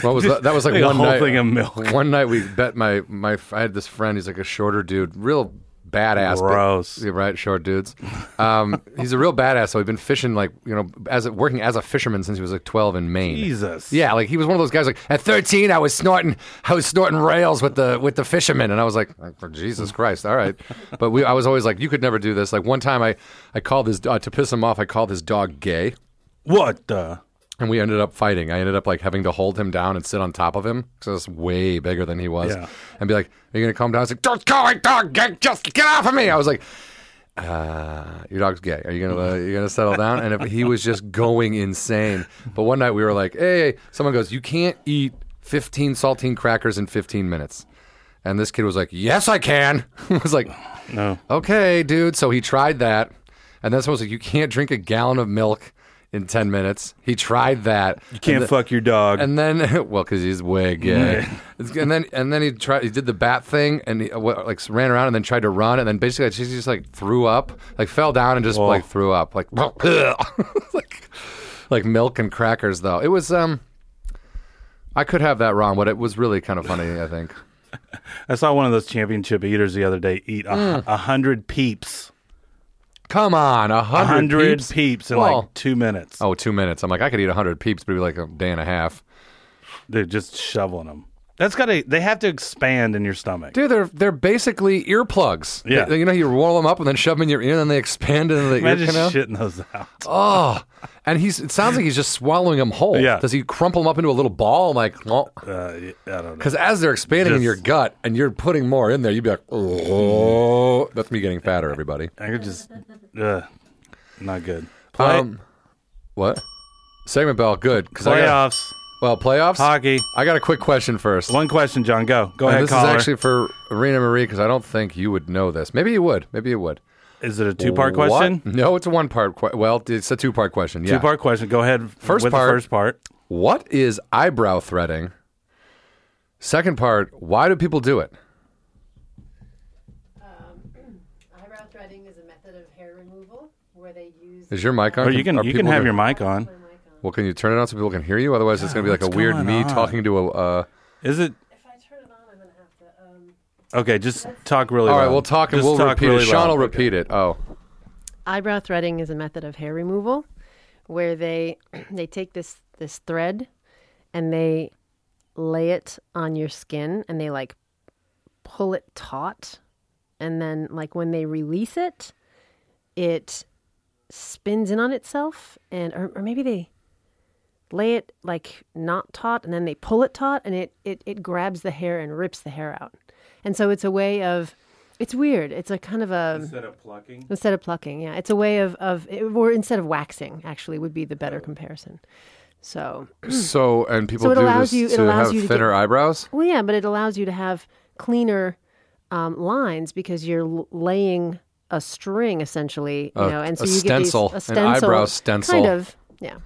What was that? That was like
Like a
one
whole
night.
thing of milk.
One night we bet my my I had this friend. He's like a shorter dude, real badass. but-
Gross.
Yeah, right, short dudes. Um, he's a real badass. So he'd been fishing like you know as a, working as a fisherman since he was like twelve in Maine.
Jesus.
Yeah, like he was one of those guys. Like at thirteen, I was snorting, I was snorting rails with the with the fishermen, and I was like, Jesus Christ, all right. But we, I was always like, you could never do this. Like one time, I I called this uh, to piss him off. I called this dog gay
What the?
and we ended up fighting. I ended up like having to hold him down and sit on top of him because I was way bigger than he was,
Yeah.
and be like, "Are you gonna calm down?" I was like, "Don't call my dog gay. Just get off of me!" I was like, uh, "Your dog's gay. Are you gonna uh, you gonna settle down?" And if, he was just going insane. But one night we were like, "Hey," someone goes, "You can't eat 15 saltine crackers in 15 minutes," and this kid was like, "Yes, I can." I was like,
No.
okay, dude. So he tried that. And then someone was like, you can't drink a gallon of milk in 10 minutes. He tried that. You
Can't fuck your dog.
And then, well, because he's way gay. and then, and then he tried. He did the bat thing, and he, uh, what, like ran around, and then tried to run, and then basically she just like threw up, like fell down, and just like threw up, like, like, like milk and crackers. Though it was, um, I could have that wrong, but it was really kind of funny. I think.
I saw one of those championship eaters the other day eat
Mm.
a, a hundred peeps.
Come on, a
A
hundred
hundred peeps, in
Well,
like two minutes.
Oh, two minutes. I'm like, I could eat 100 peeps, but it'd be like a day and a half.
Dude, just shoveling them. That's gotta. They have to expand in your stomach.
Dude, they're they're basically earplugs.
Yeah.
They- you know, you roll them up and then shove them in your ear, and then they expand into the
Imagine
ear canal.
shitting those out.
Oh, and he's it sounds like he's just swallowing them whole.
Yeah.
Does he crumple them up into a little ball? Like, because
Uh, I don't know.
as they're expanding in
Just-
your gut and you're putting more in there, you'd be like, oh, that's me getting fatter, everybody.
I could just. Uh, not good. Play,
what? Segment bell, good. Because Um, I got,
playoffs,
well, playoffs.
hockey.
I got a quick question first.
One question, John. Go. Go
And
ahead,
this
caller.
is actually for Rena Marie because I don't think you would know this. Maybe you would. Maybe you would.
is it a two-part
What?
question?
No, it's a one part. Que- well, it's a two part question. Yeah.
Two-part question. Go ahead.
First
with
part.
The first part.
What is eyebrow threading? Second part. Why do people do it?
Eyebrow threading is a method of hair removal where they use.
Is your mic on?
Or you can
Are
you can
people
have
gonna-
your mic on.
my mic on.
Well, can you turn it on so people can hear you? Otherwise, it's going to be like
what's
a weird
going
me
on?
talking to a. Uh,
Is it
If I turn it on, I'm gonna have to. Um...
okay? Just talk really.
all right,
loud.
we'll talk and
Just
we'll
talk
repeat
really
it. Sean
loud.
will repeat it. Oh,
Eyebrow threading is a method of hair removal where they they take this this thread and they lay it on your skin and they like pull it taut and then like when they release it it spins in on itself and or, or maybe they lay it like not taut and then they pull it taut and it, it it grabs the hair and rips the hair out and so it's a way of it's weird it's a kind of a
Instead of plucking.
Instead of plucking, yeah, it's a way of of or instead of waxing actually would be the better
Oh.
comparison. So,
Hmm.
so and people
So it
do
allows
this
you- it
to
allows
have
you to
thinner
get-
eyebrows.
well, yeah, but it allows you to have cleaner um, lines because you're l- laying a string essentially, you
A-
know, and so
a
you
stencil,
get
an
these, a stencil,
eyebrow stencil.
kind of, yeah.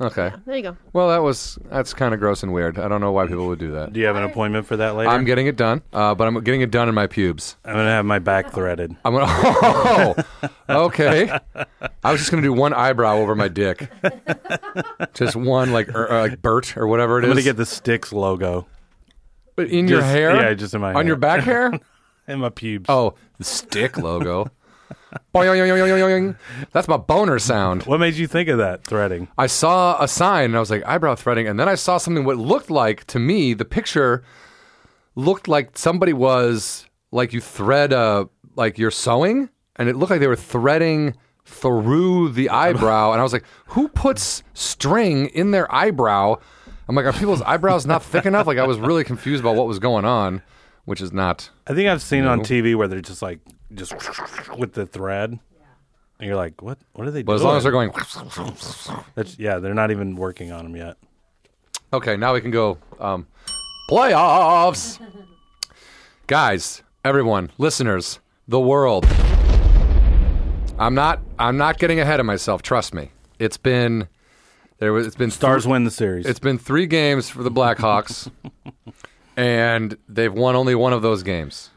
Okay.
There you go.
Well, that was that's kind of gross and weird. I don't know why people would do that.
Do you have an appointment for that later?
I'm getting it done, uh, but I'm getting it done in my pubes.
I'm gonna have my back threaded.
I'm gonna. Oh, okay. I was just gonna do one eyebrow over my dick, just one like er, uh, like Bert or whatever it
I'm
is.
gonna get the sticks logo
But in your
just-
hair.
yeah, just in my
on
hair.
your back hair.
and my pubes.
Oh, the stick logo. Boing, boing, boing, boing, boing. That's my boner sound.
What made you think of that threading?
I saw a sign and I was like, eyebrow threading. And then I saw something what looked like to me, the picture looked like somebody was like you thread a like you're sewing, and it looked like they were threading through the eyebrow. And I was like, who puts string in their eyebrow? I'm like, are people's eyebrows not thick enough? Like I was really confused about what was going on, which is not
I think I've seen it on TV where they're just like just with the thread, and you're like, what? What are they
but
doing?
as long as they're going
That's, yeah, they're not even working on them yet.
Okay, now we can go um, playoffs. Guys, everyone, listeners, the world. I'm not I'm not getting ahead of myself, trust me. It's been there was it's been
Stars win the series.
it's been 3 games for the Blackhawks and they've won only one of those games.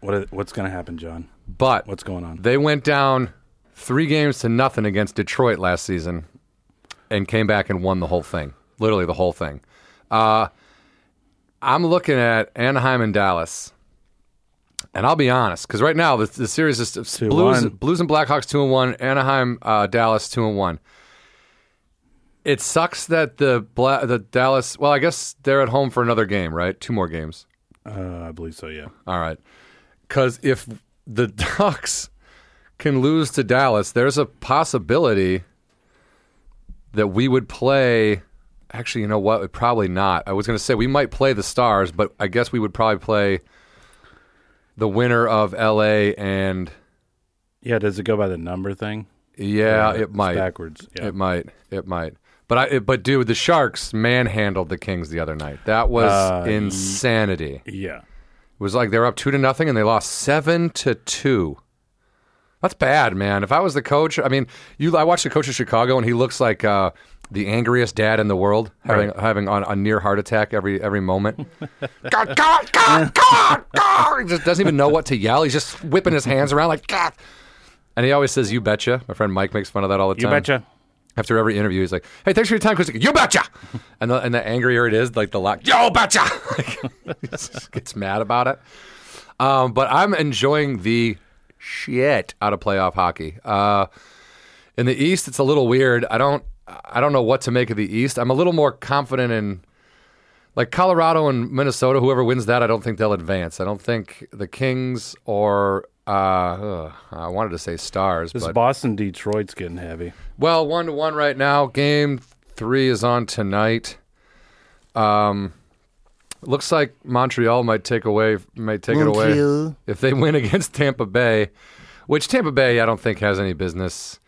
what are- what's going to happen, John?
But
What's going on?
they went down 3 games to nothing against Detroit last season and came back and won the whole thing. Literally the whole thing. Uh, I'm looking at Anaheim and Dallas, and I'll be honest because right now the, the series is Blues,
one.
Blues and Blackhawks two and one, Anaheim uh, Dallas two and one. It sucks that the Bla- the Dallas. Well, I guess they're at home for another game, right? Two more games.
Uh, I believe so. Yeah.
All right, because if the Ducks can lose to Dallas, there's a possibility that we would play. Actually, you know what? Probably not. I was going to say we might play the Stars, but I guess we would probably play the winner of LA and
Yeah. Does it go by the number thing?
yeah,
it's
it might.
backwards. Yeah.
It might. It might. But I it, but dude, the Sharks manhandled the Kings the other night. That was
Uh, ye-
insanity.
yeah.
It was like they were up two to nothing and they lost seven to two. That's bad, man. If I was the coach, I mean, you. I watched the coach of Chicago, and he looks like uh, the angriest dad in the world, having having on a near heart attack every every moment. God, God, God, God, God. He just doesn't even know what to yell. He's just whipping his hands around like God. And he always says, "You betcha." My friend Mike makes fun of that all the
You
time
betcha.
after every interview, he's like, "Hey, thanks for your time, Chris." You betcha. And the, and the angrier it is, like the lot, yo betcha. Like, he just gets mad about it. Um, but I'm enjoying the shit out of playoff hockey. Uh, in the East, it's a little weird. I don't I don't know what to make of the East. I'm a little more confident in like Colorado and Minnesota. Whoever wins that, I don't think they'll advance. I don't think the Kings or uh, ugh, I wanted to say Stars,
This
but
Boston Detroit's getting heavy.
well, one to one right now. Game three is on tonight. Um, looks like Montreal might take away might take it away
Montreal.
if they win against Tampa Bay, which Tampa Bay I don't think has any business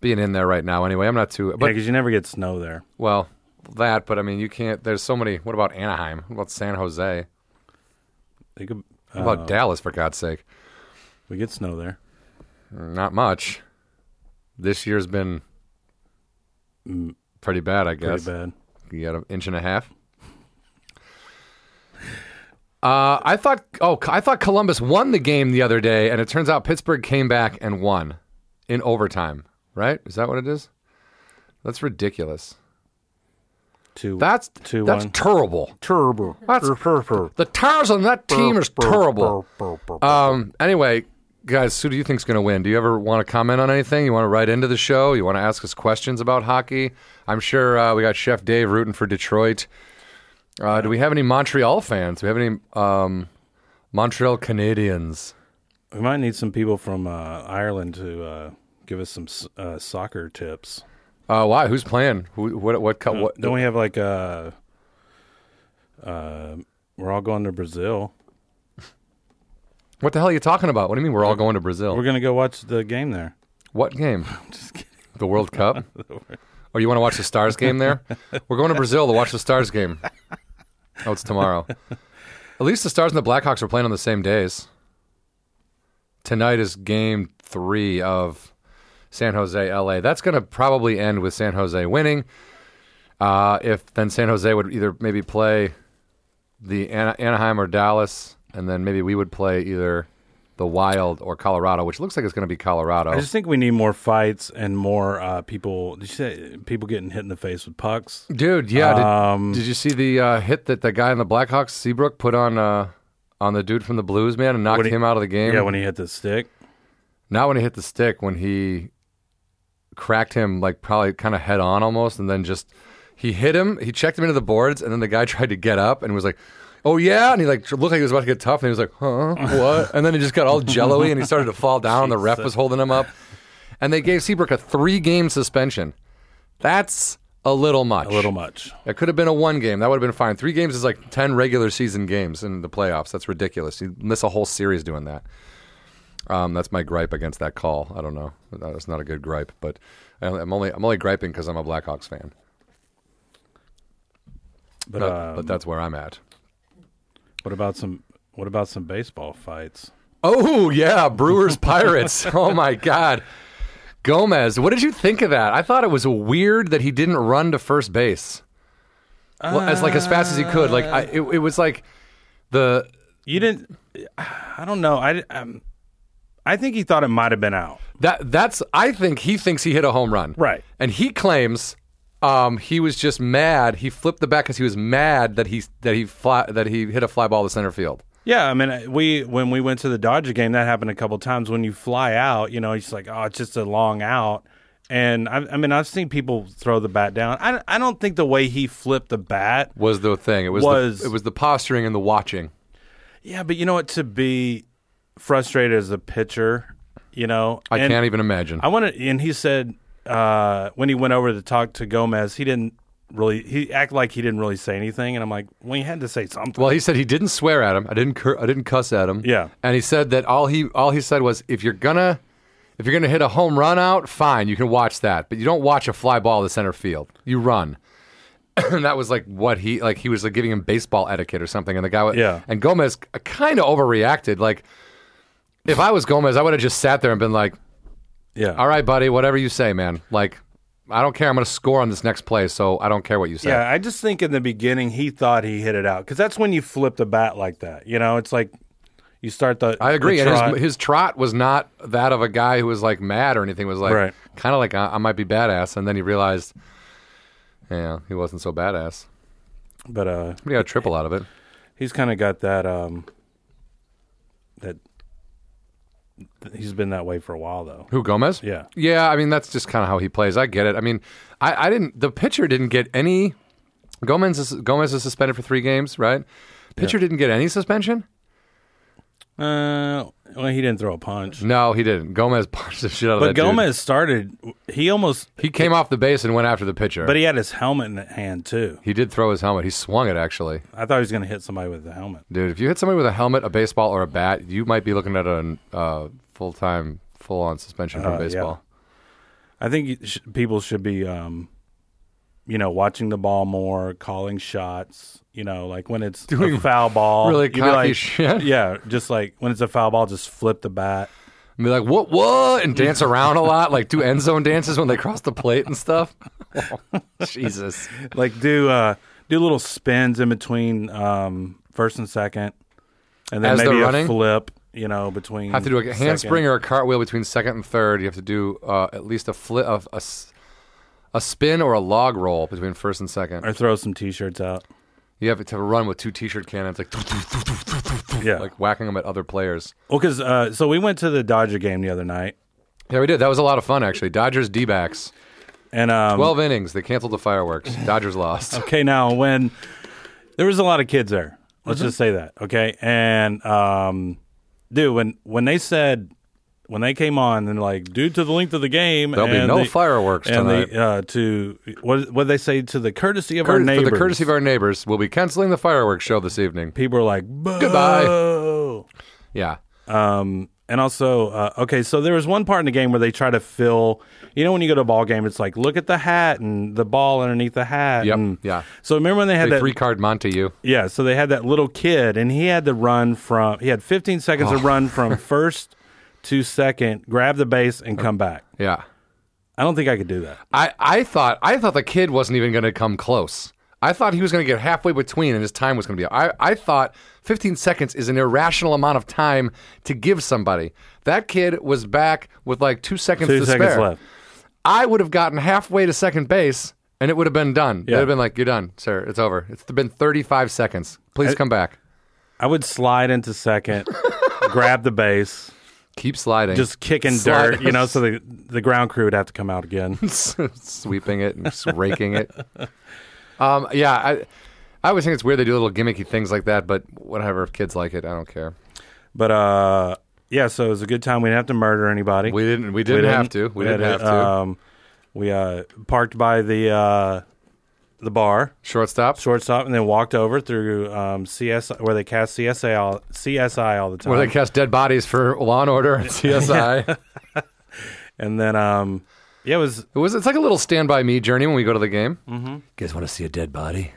being in there right now. Anyway, I'm not too.
Yeah,
But
because you never get snow there.
well, that. But I mean, you can't. There's so many. What about Anaheim? What about San Jose?
They could.
What
Uh,
about Dallas? For God's sake,
we get snow there.
not much. This year's been pretty bad, I
Pretty
guess.
bad.
You got an inch and a half. Uh, I thought. Oh, I thought Columbus won the game the other day, and it turns out Pittsburgh came back and won in overtime. Right? Is that what it is? That's ridiculous.
Two.
That's
Two,
that's
one.
terrible.
terrible.
That's- The tires on that team is terrible. Um. Anyway, guys, who do you think's going to win? Do you ever want to comment on anything? You want to write into the show? You want to ask us questions about hockey? I'm sure uh, we got Chef Dave rooting for Detroit. Uh, do we have any Montreal fans? Do we have any um, Montreal Canadians?
We might need some people from uh, Ireland to uh, give us some s- uh, soccer tips.
Uh, why? Who's playing? Who? What? What? co- what
Don't we have like uh, uh, we're all going to Brazil.
what the hell are you talking about? What do you mean we're all going to Brazil?
We're gonna go watch the game there.
What game? The World Cup? or you want to watch the Stars game there? We're going to Brazil to watch the Stars game. Oh, it's tomorrow. At least the Stars and the Blackhawks are playing on the same days. Tonight is game three of San Jose, LA. That's going to probably end with San Jose winning. Uh, if then San Jose would either maybe play the Ana- Anaheim or Dallas, and then maybe we would play either the Wild or Colorado, which looks like it's going to be Colorado.
I just think we need more fights and more uh, people. Did you say people getting hit in the face with pucks?
Dude, yeah. Did,
Um,
did you see the uh, hit that the guy in the Blackhawks, Seabrook, put on uh, on the dude from the Blues, man, and knocked
When he-
him out of the game?
Yeah, when he hit the stick.
Not when he hit the stick, when he cracked him like probably kind of head on almost, and then just he hit him. He checked him into the boards, and then the guy tried to get up and was like, "Oh yeah," and he like looked like he was about to get tough, and he was like, "Huh, what?" and then he just got all jello-y and he started to fall down. and the ref was holding him up, and they gave Seabrook a three-game suspension. That's a little much.
A little much.
It could have been a one game. That would have been fine. Three games is like 10 regular season games in the playoffs. That's ridiculous. You miss a whole series doing that. Um, that's my gripe against that call. I don't know. That's not a good gripe, but I- I'm only I'm only griping because I'm a Blackhawks fan.
But,
But,
um,
but that's where I'm at.
what about some what about some baseball fights?
Oh yeah, Brewers Pirates. Oh my God, Gomez. What did you think of that? I thought it was weird that he didn't run to first base, well, as like as fast as he could. Like I, it, it was like the
You didn't. I don't know. I um, I think he thought it might have been out.
That that's I think he thinks he hit a home run.
Right.
And he claims um, he was just mad. He flipped the bat because he was mad that he that he fly, that he hit a fly ball to center field.
Yeah, I mean, I- we when we went to the Dodger game, that happened a couple times. When you fly out, you know, it's like, oh, it's just a long out. And I, I mean, I've seen people throw the bat down. I, I don't think the way he flipped the bat.
Was the thing. It was, the-
Was-
it was the posturing and the watching.
Yeah, but you know what? To be frustrated as a pitcher, you know,
I
and
can't e- even imagine.
I want to. And he said uh, when he went over to talk to Gomez, he didn't really. He acted like he didn't really say anything. And I'm like, well, he had to say something.
well, he said he didn't swear at him. I didn't cur- I didn't cuss at him.
Yeah.
And he said that all he all he said was if you're gonna if you're gonna hit a home run out, fine, you can watch that, but you don't watch a fly ball to center field. You run. and that was like what he like he was like giving him baseball etiquette or something and the guy wa-
Yeah.
and Gomez kind of overreacted like if I was Gomez I would have just sat there and been like
yeah.
all right buddy whatever you say man like I don't care I'm going to score on this next play so I don't care what you say
Yeah, I just think in the beginning he thought he hit it out because that's when you flip the bat like that. You know, it's like you start the.
I agree.
the
And
trot.
his, his trot was not that of a guy who was like mad or anything. It was like
Right.
kind of like I, I might be badass, and then he realized, yeah, he wasn't so badass.
but uh,
But he got a triple out of it.
he's kind of got that. Um, that he's been that way for a while though.
Who Gomez?
Yeah.
yeah. I mean, that's just kind of how he plays. I get it. I mean, I, I didn't. The pitcher didn't get any. Gomez is, Gomez is suspended for three games, right? Pitcher didn't get any suspension.
Uh, well, he didn't throw a punch,
No, he didn't. Gomez punched the shit out of
but
that dude.
Gomez started. He almost,
He came off the base and went after the pitcher.
but he had his helmet in hand too.
he did throw his helmet. He swung it actually.
I thought he was going to hit somebody with the helmet.
Dude, if you hit somebody with a helmet, a baseball, or a bat, you might be looking at a uh, full time, full on suspension from
Uh, yeah.
baseball.
I think you sh- people should be, um, you know, watching the ball more, calling shots. You know, like when it's a foul ball,
really
you'd be
cocky
like-
shit.
Yeah, just like when it's a foul ball, just flip the bat.
And be like, what, what? And dance around a lot, like do end zone dances when they cross the plate and stuff. Jesus.
Like do uh, do little spins in between um, first and second, and then
As they're
maybe a
running?
flip. You know, between
Have to do a
Mm, second.
handspring or a cartwheel between second and third. You have to do uh, at least a flip, a, a s- a spin or a log roll between first and second.
or throw some t-shirts out.
You have to run with two t-shirt cannons, like
Yeah,
like whacking them at other players.
well, because uh, so we went to the Dodger game the other night,
Yeah, we did. That was a lot of fun, actually. Dodgers D-backs.
and um,
12 innings. They canceled the fireworks. Dodgers lost.
okay now when there was a lot of kids there
Mm-hmm.
let's just say that okay and um dude when when they said when they came on and like due to the length of the game
There'll be
and
no
the-
fireworks
and
tonight.
the uh to what what they say to the courtesy of our
Cur-
neighbors
for the courtesy of our neighbors, we'll be canceling the fireworks show this evening.
people are like
Goodbye.
"Boo."
Yeah.
Um, and also, uh, okay, so there was one part in the game where they try to fill. You know, when you go to a ball game, it's like look at the hat and the ball underneath the hat.
Yep,
and-
yeah.
So remember when they had
They
that
three card Monte you.
Yeah, so they had that little kid, and he had to run from. He had 15 seconds
Oh.
to run from first to second, grab the base, and come back.
Yeah.
I don't think I could do that.
I, I thought I thought the kid wasn't even going to come close. I thought he was going to get halfway between and his time was going to be. I, I thought 15 seconds is an irrational amount of time to give somebody. That kid was back with like two seconds
Two
to
seconds
spare.
left.
I would have gotten halfway to second base and it would have been done. They'd
Yeah.
have been like, "You're done, sir. It's over. It's been 35 seconds. Please come back."
I would slide into second, grab the base,
keep sliding,
just kicking
Slide-
dirt, you know, so the the ground crew would have to come out again.
sweeping it and just raking it. Um, yeah, I, I always think it's weird they do little gimmicky things like that, but whatever. If kids like it, I don't care.
But uh, yeah, so it was a good time. We didn't have to murder anybody.
We didn't. We didn't, have to. We, didn't have
had
to.
a- Um, we uh, parked by the uh, the bar
Shortstop.
shortstop, and then walked over through um, CSI where they cast CSI all CSI all the time.
Where they cast dead bodies for Law and Order and CSI.
and then um, yeah, it was
It was. It's like a little Stand by Me journey when we go to the game.
guys want to see a dead body?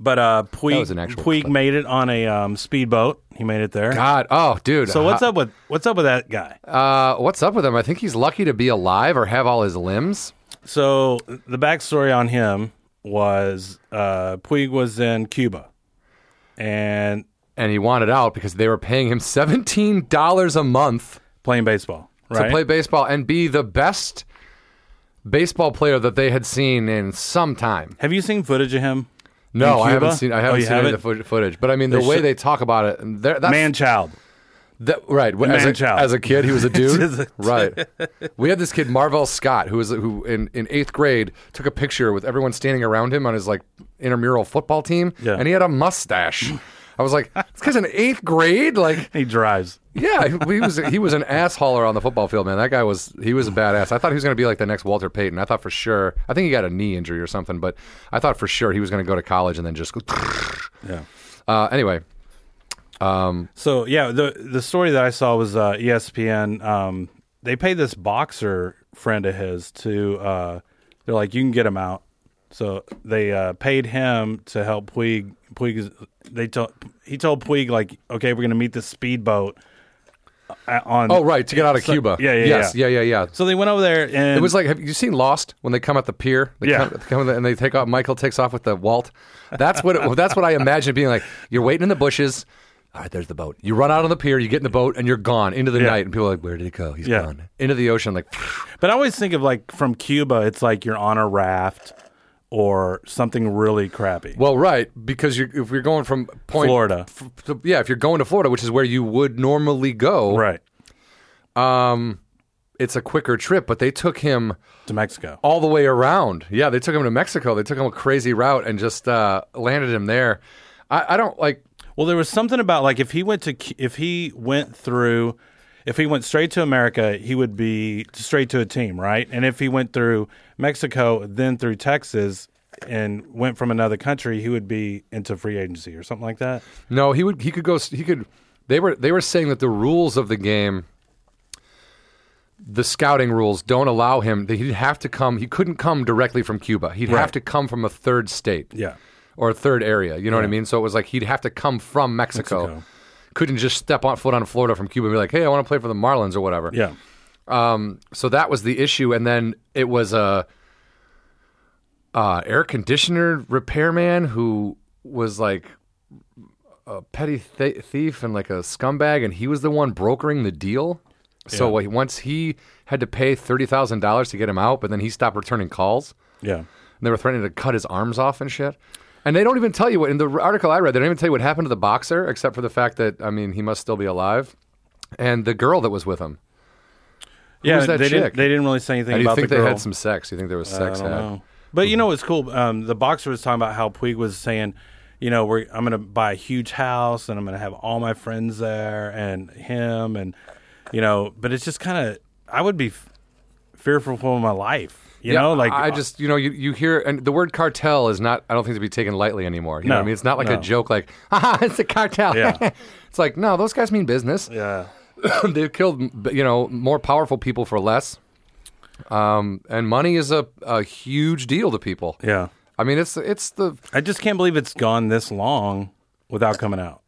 but uh, Puig
was an actual
Puig
clip.
made it on a um, speedboat. He made it there.
God. Oh, dude.
So what's
ho-
up with what's up with that guy?
Uh, what's up with him? I think he's lucky to be alive or have all his limbs.
So the backstory on him was uh, Puig was in Cuba, and
And he wanted out because they were paying him seventeen dollars a month
playing baseball.
to
Right.
play baseball and be the best baseball player that they had seen in some time.
Have you seen footage of him?
No,
In
I haven't
Cuba?
seen. I
Oh,
haven't
you
seen any of
haven't?
the foot- footage. But I mean, the
They
way
should-
they talk about it, and they're- that's
Man child.
That, right. As a,
man-child.
as a kid, he was a
Just
dude.
a-
right. We had this kid, Marvell Scott, who was who in, in eighth grade took a picture with everyone standing around him on his like intramural football team,
Yeah.
and he had a mustache. I was like, this guy's in eighth grade. Like,
He drives.
yeah, he was he was an ass hauler on the football field, man. That guy was he was a badass. I thought he was going to be like the next Walter Payton. I thought for sure. I think he got a knee injury or something, but I thought for sure he was going to go to college and then just go.
Yeah.
Uh, anyway,
So yeah, the the story that I saw was uh, ESPN. Um, they paid this boxer friend of his to. Uh, they're like, you can get him out. So they uh, paid him to help Puig. Puig. is- They told he told Puig like, okay, we're gonna meet the speedboat. uh, On
oh right, to get out of
So-
Cuba.
Yeah, yeah,
yes,
yeah,
yeah, yeah, yeah.
So they went over there and
It was like, have you seen Lost when they come at the pier? They
Yeah.
Come, they come and they take off. Michael takes off with the Walt. That's what. that's what I imagine being like. You're waiting in the bushes. All right, there's the boat. You run out on the pier. You get in the boat, and you're gone into the
Yeah.
night. And people are like, "Where did he go? He's
Yeah.
gone into the ocean." Like,
But I always think of like from Cuba, it's like you're on a raft or something really crappy.
well, right, because you're, if you're going from point
Florida.
f- to- yeah, if you're going to Florida, which is where you would normally go,
right.
it's a quicker trip. But they took him
To Mexico.
all the way around. Yeah, they took him to Mexico. They took him a crazy route and just uh, landed him there. I, I don't like.
Well, there was something about like if he went to Cu- if he went through if he went straight to America, he would be straight to a team, right? And if he went through Mexico, then through Texas and went from another country, he would be into free agency or something like that.
No, he would. He could go. He could. They were. They were saying that the rules of the game, the scouting rules, don't allow him. That he'd have to come. He couldn't come directly from Cuba. He'd have
Right.
to come from a third state.
Yeah.
Or a third area. You know what I mean? So it was like he'd have to come from Mexico.
Mexico.
Couldn't just step on foot on Florida from Cuba and be like, "Hey, I want to play for the Marlins" or whatever.
Yeah.
So that was the issue, and then it was a uh, air conditioner repairman who was like a petty th- thief and like a scumbag, and he was the one brokering the deal. So like, once he had to pay thirty thousand dollars to get him out, but then he stopped returning calls,
Yeah.
and they were threatening to cut his arms off and shit. And they don't even tell you what in the article I read. They don't even tell you what happened to the boxer, except for the fact that I mean he must still be alive, and the girl that was with him.
Yeah,
was that
they
chick?
didn't they didn't really say anything
And do you
about
think
the
they
girl.
had some sex? Do you think there was sex?
I don't
had?
know. But you know what's cool? Um, the boxer was talking about how Puig was saying, you know, we're, I'm going to buy a huge house and I'm going to have all my friends there and him and, you know, but it's just kind of, I would be f- fearful for my life. You
Yeah,
know, like uh,
I just you know you, you hear and the word cartel is not I don't think to be taken lightly anymore. You know
No,
what I mean? It's not like a
no.
joke like ah it's a cartel.
Yeah.
it's like no, those guys mean business.
yeah,
They've killed you know more powerful people for less. Um, and money is a, a huge deal to people.
yeah.
I mean it's it's the
I just can't believe it's gone this long without coming out.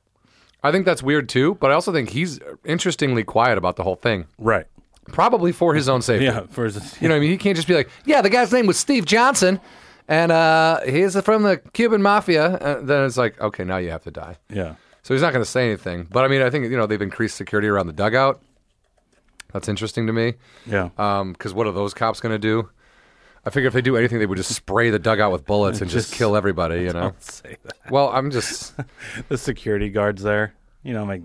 I think that's weird too, but I also think he's interestingly quiet about the whole thing,
Right.
probably for his own safety.
Yeah. Versus,
You know, what I mean, he can't just be like, yeah, the guy's name was Steve Johnson, and uh, he's from the Cuban mafia. Uh, then it's like, okay, now you have to die.
yeah.
So he's not going to say anything. But I mean, I think you know they've increased security around the dugout. That's interesting to me
Yeah.
because what are those cops going to do? I figure if they do anything, they would just spray the dugout with bullets and just,
Just-
kill everybody. You know.
Say that.
Well, I'm just
The security guards there, you know, like,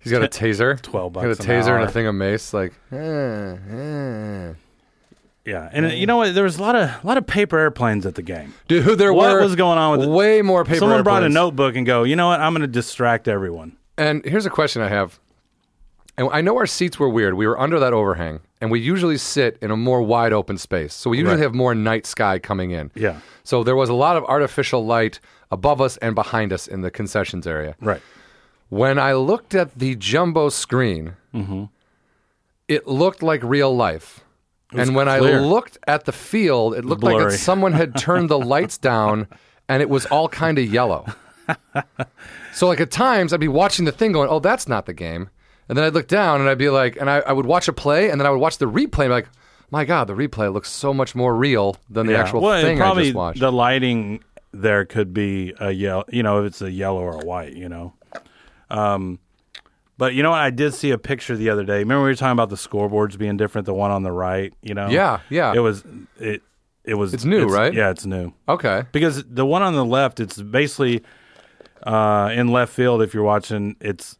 He's got a taser.
12
He's
bucks
got a
an
taser and
hour.
a thing of mace. Like, eh, eh.
Yeah, and uh, you know what? There was a lot of lot of paper airplanes at the game.
dude, who there
What
were?
was going on with it?
way more paper.
Someone brought a
airplanes.
notebook and go, you know what? I'm going to distract everyone.
And here's a question I have. And I know our seats were weird. We were under that overhang, and we usually sit in a more wide open space. So we usually
Right.
have more night sky coming in.
Yeah.
So there was a lot of artificial light above us and behind us in the concessions area.
Right.
When I looked at the jumbo screen,
Mm-hmm.
it looked like real life. And when I
clear.
looked at the field, it looked like
blurry.
it, someone had turned the lights down and it was all kind of yellow. so, like, at times I'd be watching the thing going, oh, that's not the game. And then I'd look down and I'd be like, and I, I would watch a play and then I would watch the replay and be like, my God, the replay looks so much more real than the
Yeah.
actual
well, and
thing I
probably
just watched.
the lighting there could be a yellow. You know, if it's a yellow or a white. You know. Um, but you know what? I did see a picture the other day. Remember we were talking about the scoreboards being different. The one on the right. You know.
Yeah, yeah.
It was it. It was.
It's new, right?
Yeah, it's new.
okay.
because the one on the left it's basically uh, in left field if you're watching it's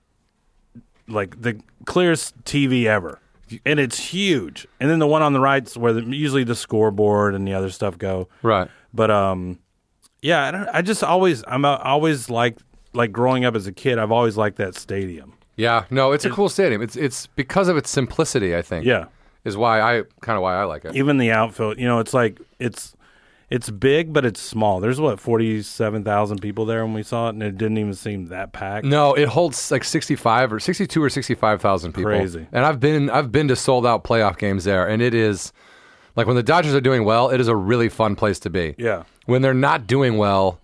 like the clearest tv ever and it's huge and then the one on the right's where the, usually the scoreboard and the other stuff go
Right.
but um yeah i, don't, I just always i'm uh, always like like growing up as a kid i've always liked that stadium
Yeah. No, it's a cool stadium. It's, it's because of its simplicity, I think.
yeah
Is why I kind of why I like it.
even the outfield you know it's like it's it's big but it's small there's what 47000 people there when we saw it and it didn't even seem that packed
No, it holds like sixty-five or sixty-two or sixty-five thousand people.
Crazy.
And I've been I've been to sold-out playoff games there, and it is like when the Dodgers are doing well, it is a really fun place to be.
yeah
When they're not doing well,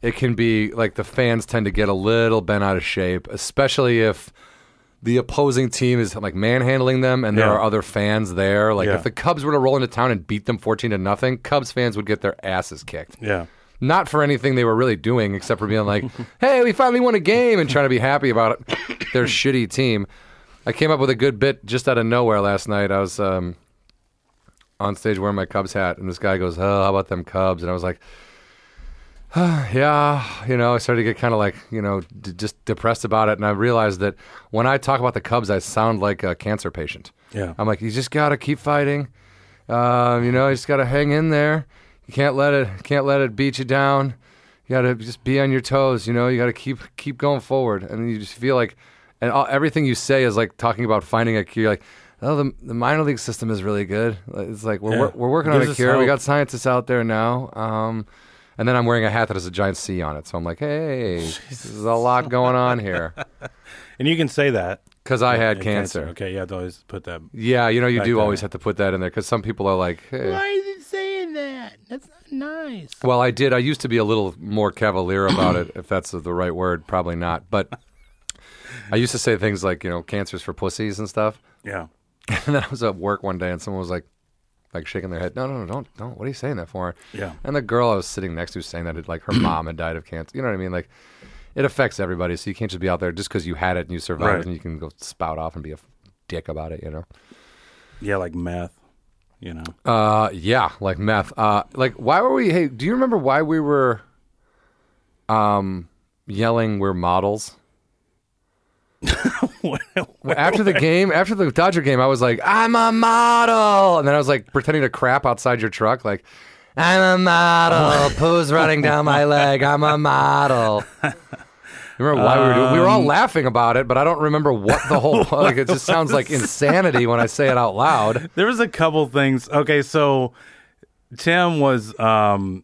it can be like the fans tend to get a little bent out of shape, especially if the opposing team is like manhandling them and there
Yeah.
are other fans there. Like
Yeah.
if the Cubs were to roll into town and beat them 14 to nothing, Cubs fans would get their asses kicked
Yeah.
not for anything they were really doing except for being like, "Hey, we finally won a game," and trying to be happy about it. their shitty team. I came up with a good bit just out of nowhere last night. I was um, on stage wearing my Cubs hat, and this guy goes, "Oh, how about them Cubs?" And I was like, "Yeah," you know. I started to get kind of like, you know, d- just depressed about it, and I realized that when I talk about the Cubs, I sound like a cancer patient.
Yeah.
I'm like, you just gotta keep fighting. Um, you know, you just gotta hang in there. You can't let it can't let it beat you down. You gotta just be on your toes. You know, you gotta keep keep going forward, and you just feel like, and all, everything you say is like talking about finding a cure. Like, oh, the, the minor league system is really good. It's like we're
Yeah.
wor- we're working on
Gives
a
us
cure. We
hope.
got scientists out there now. Um, and then I'm wearing a hat that has a giant C on it, so I'm like, hey, this is a lot going on here
And you can say that.
because I had
Yeah,
cancer.
Okay, yeah, to always put that.
Yeah, you know, you
Back
do
then.
always have to put that in there because some people are like, hey.
Why is it saying that? That's not nice.
Well, I did. I used to be a little more cavalier about it, if that's the right word. Probably not. But I used to say things like, you know, cancer's for pussies and stuff.
Yeah.
And then I was at work one day and someone was like, like shaking their head, no, no, no, don't, don't. What are you saying that for?
Yeah.
And the girl I was sitting next to was saying that, it, like, her mom had died of cancer. You know what I mean? Like, it affects everybody. So you can't just be out there just because you had it and you survived
Right.
and you can go spout off and be a f- dick about it, you know?
Yeah, like meth, you know.
Uh, yeah, like meth. Uh, like why were we? Hey, do you remember why we were, um, yelling we're models Well, after the game? After the Dodger game, I was like, I'm a model, and then I was like pretending to crap outside your truck, like. I'm a model. Poo's running down my leg. I'm a model. You remember why we were doing? We were all laughing about it, but I don't remember what the whole. Like it just sounds like insanity when I say it out loud.
there was a couple things. Okay, so Tim was um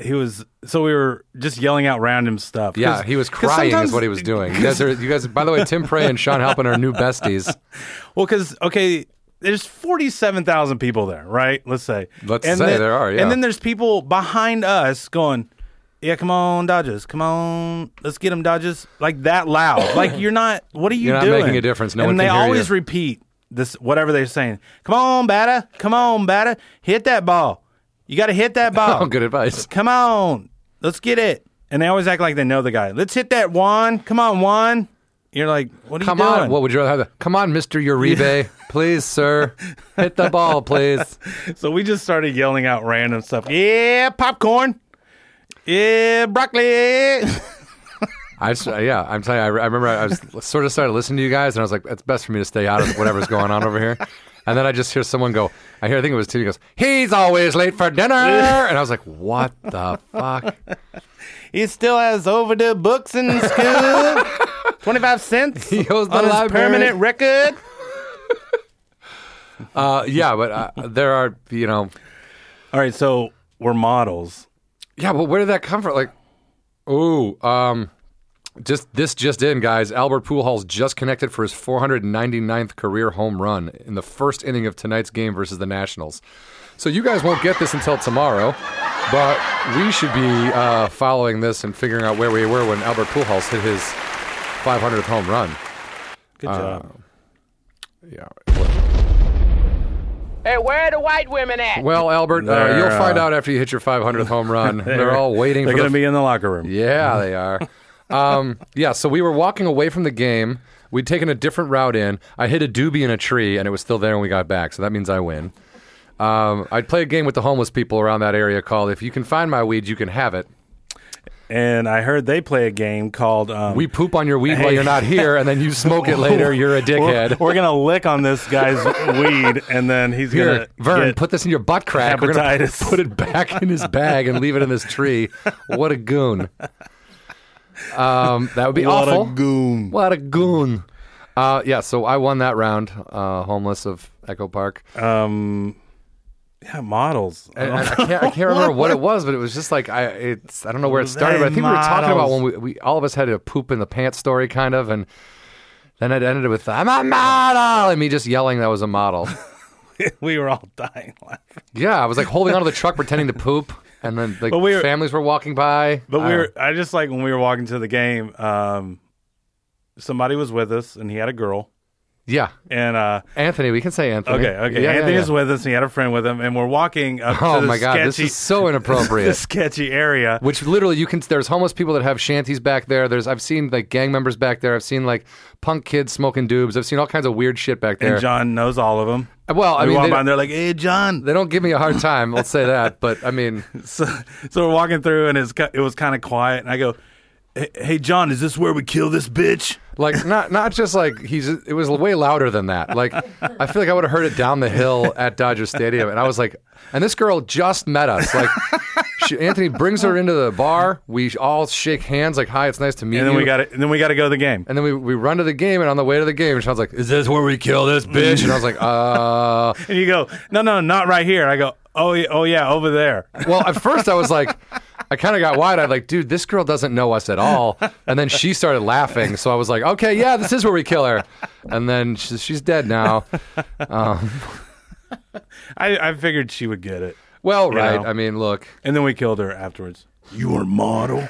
he was so we were just yelling out random stuff. 'Cause-
Yeah, he was
'cause
crying is
sometimes-
what he was doing. You guys are, you guys, by the way, Tim Prey and Sean Halpin are new besties.
Well, because okay, there's forty seven thousand people there, right? Let's say.
Let's say
then-
there are, yeah.
And then there's people behind us going, "Yeah, come on, Dodgers, come on, let's get them, Dodgers!" Like that loud. like you're not. What are you
You're not
doing?
making a difference. No
and
one
they
can hear
always
you.
repeat this whatever they're saying. Come on, batter. Come on, batter. Hit that ball. You got to hit that ball.
Oh, good advice.
Come on, let's get it. And they always act like they know the guy. Let's hit that one. Come on, one. You're like, what are
Come
you doing?
on, what would you rather have? Come on, Mister Uribe, please, sir, hit the ball, please.
So we just started yelling out random stuff. Yeah, popcorn. Yeah, broccoli.
I just, yeah, I'm telling you, I, re- I remember I was sort of started listening to you guys, and I was like, it's best for me to stay out of whatever's going on over here. And then I just hear someone go, I hear, I think it was Titi goes, he's always late for dinner. And I was like, what the fuck?
He still has overdue books in school. Twenty-five cents
He owes the
on his
library.
permanent record.
Uh, yeah, but uh, there are, you know,
All right, so we're models.
yeah, but where did that come from? Like, ooh, um, just this just in, guys. Albert Pujols just connected for his 499th career home run in the first inning of tonight's game versus the Nationals. So you guys won't get this until tomorrow, but we should be uh, following this and figuring out where we were when Albert Pujols hit his 500th home run.
Good
Uh,
job.
Yeah.
Hey, where the white women at?
Well, Albert, uh,
They're,
you'll find
uh,
out after you hit your 500th home run. They're all waiting.
They're
for the
going to be in the locker room.
Yeah, they are. um, yeah, so we were walking away from the game. We'd taken a different route in. I hit a doobie in a tree, and it was still there when we got back. So that means I win. Um, I'd play a game with the homeless people around that area called "If you can find my weed, you can have it."
And I heard they play a game called um,
We poop on your weed while you're not here, and then you smoke it later. You're a
We're,
dickhead.
we're gonna lick on this guy's weed, and then he's
Here,
gonna
Vern,
get-
put this in your butt crack. We're gonna
hepatitis.
put it back in his bag and leave it in this tree. What a goon! Um, that would be
what
awful.
a goon.
What a goon. Uh, yeah, so I won that round, uh, homeless of Echo Park.
Oh. Yeah, models.
I, I- I can't, I can't remember what it was, but it was just like I. It's I don't know where it started, but I think we were talking about when we, we all of us had a poop in the pants story, kind of, and then it ended with "I'm a model" and me just yelling that I was a model.
we were all dying laughing.
yeah, I was like holding onto the truck, pretending to poop, and then like
But we were-
families were walking by. Uh,
But
I
we
don't-
were. I just like when we were walking to the game. Um, somebody was with us, and he had a girl.
yeah,
And uh,
Anthony. We can say Anthony.
okay, okay,
Yeah, yeah,
Anthony
yeah.
was with us, and he had a friend with him, and we're walking up.
Oh
to the
my god,
sketchy,
this is so inappropriate.
the sketchy area.
which literally you can there's homeless people that have shanties back there there's i've seen like gang members back there i've seen like punk kids smoking doobs i've seen all kinds of weird shit back there
And John knows all of them.
Uh, well i
we
mean
walk
they,
by, and they're like, "Hey, John."
they don't give me a hard time i'll say that but i mean
So, so we're walking through, and it's ki- it was kind of quiet. And I go, "Hey, hey, John, is this where we kill this bitch?"
like not not just like he's it was way louder than that like i feel like i would have heard it down the hill at dodger stadium and i was like and this girl just met us like she, anthony brings her into the bar we all shake hands like hi it's nice to meet
And then
you
we got it. And then we got to go to the game.
and then we, we run to the game, and on the way to the game, Sean's like, "Is this where we kill this bitch?" And I was like, "Uh,
And you go, no, no, not right here. I go, oh, yeah, oh yeah, over there.
Well, at first I was like, I kind of got wide. eyed like, dude, this girl doesn't know us at all. And then she started laughing, so I was like, okay, yeah, this is where we kill her. And then she, she's dead now.
I, I figured she would get it.
Well, right.
know.
I mean, look,
And then we killed her afterwards.
You're a model.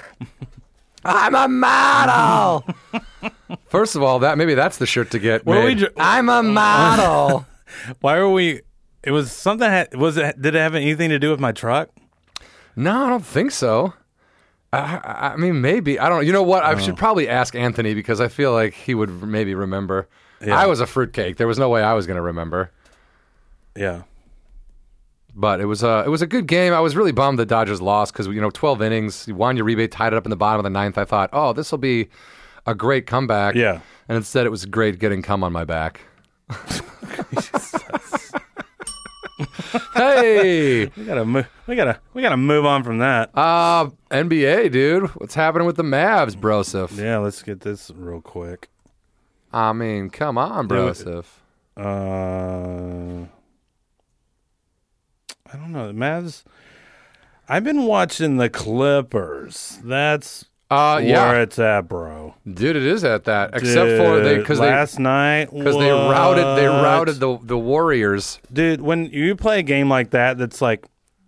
I'm a model. First of all, that maybe that's the shirt to get.
Were
made.
we ju-
I'm a model.
Why were we? It was something. Had, was it? Did it have anything to do with my truck?
no, I don't think so. I, I I mean, maybe I don't. You know what? I should probably ask Anthony because I feel like he would maybe remember. I was a fruitcake. There was no way I was going to remember.
Yeah.
But it was a it was a good game. I was really bummed the Dodgers lost because you know twelve innings. Juan Uribe tied it up in the bottom of the ninth. I thought, oh, this will be a great comeback.
Yeah.
And instead, it was great getting cum on my back. hey,
We gotta move. We gotta. We gotta move on from that.
uh, NBA dude, what's happening with the Mavs, Brosif?
yeah. Let's get this real quick.
I mean, come on, Brosif.
Uh, I don't know. The Mavs. I've been watching the Clippers. That's
Uh,
where
yeah,
it's at, bro.
dude, it is at that. Except for they
Dude,
because they
last night
because they
what?
routed they routed the the Warriors.
dude when you play a game like that that's like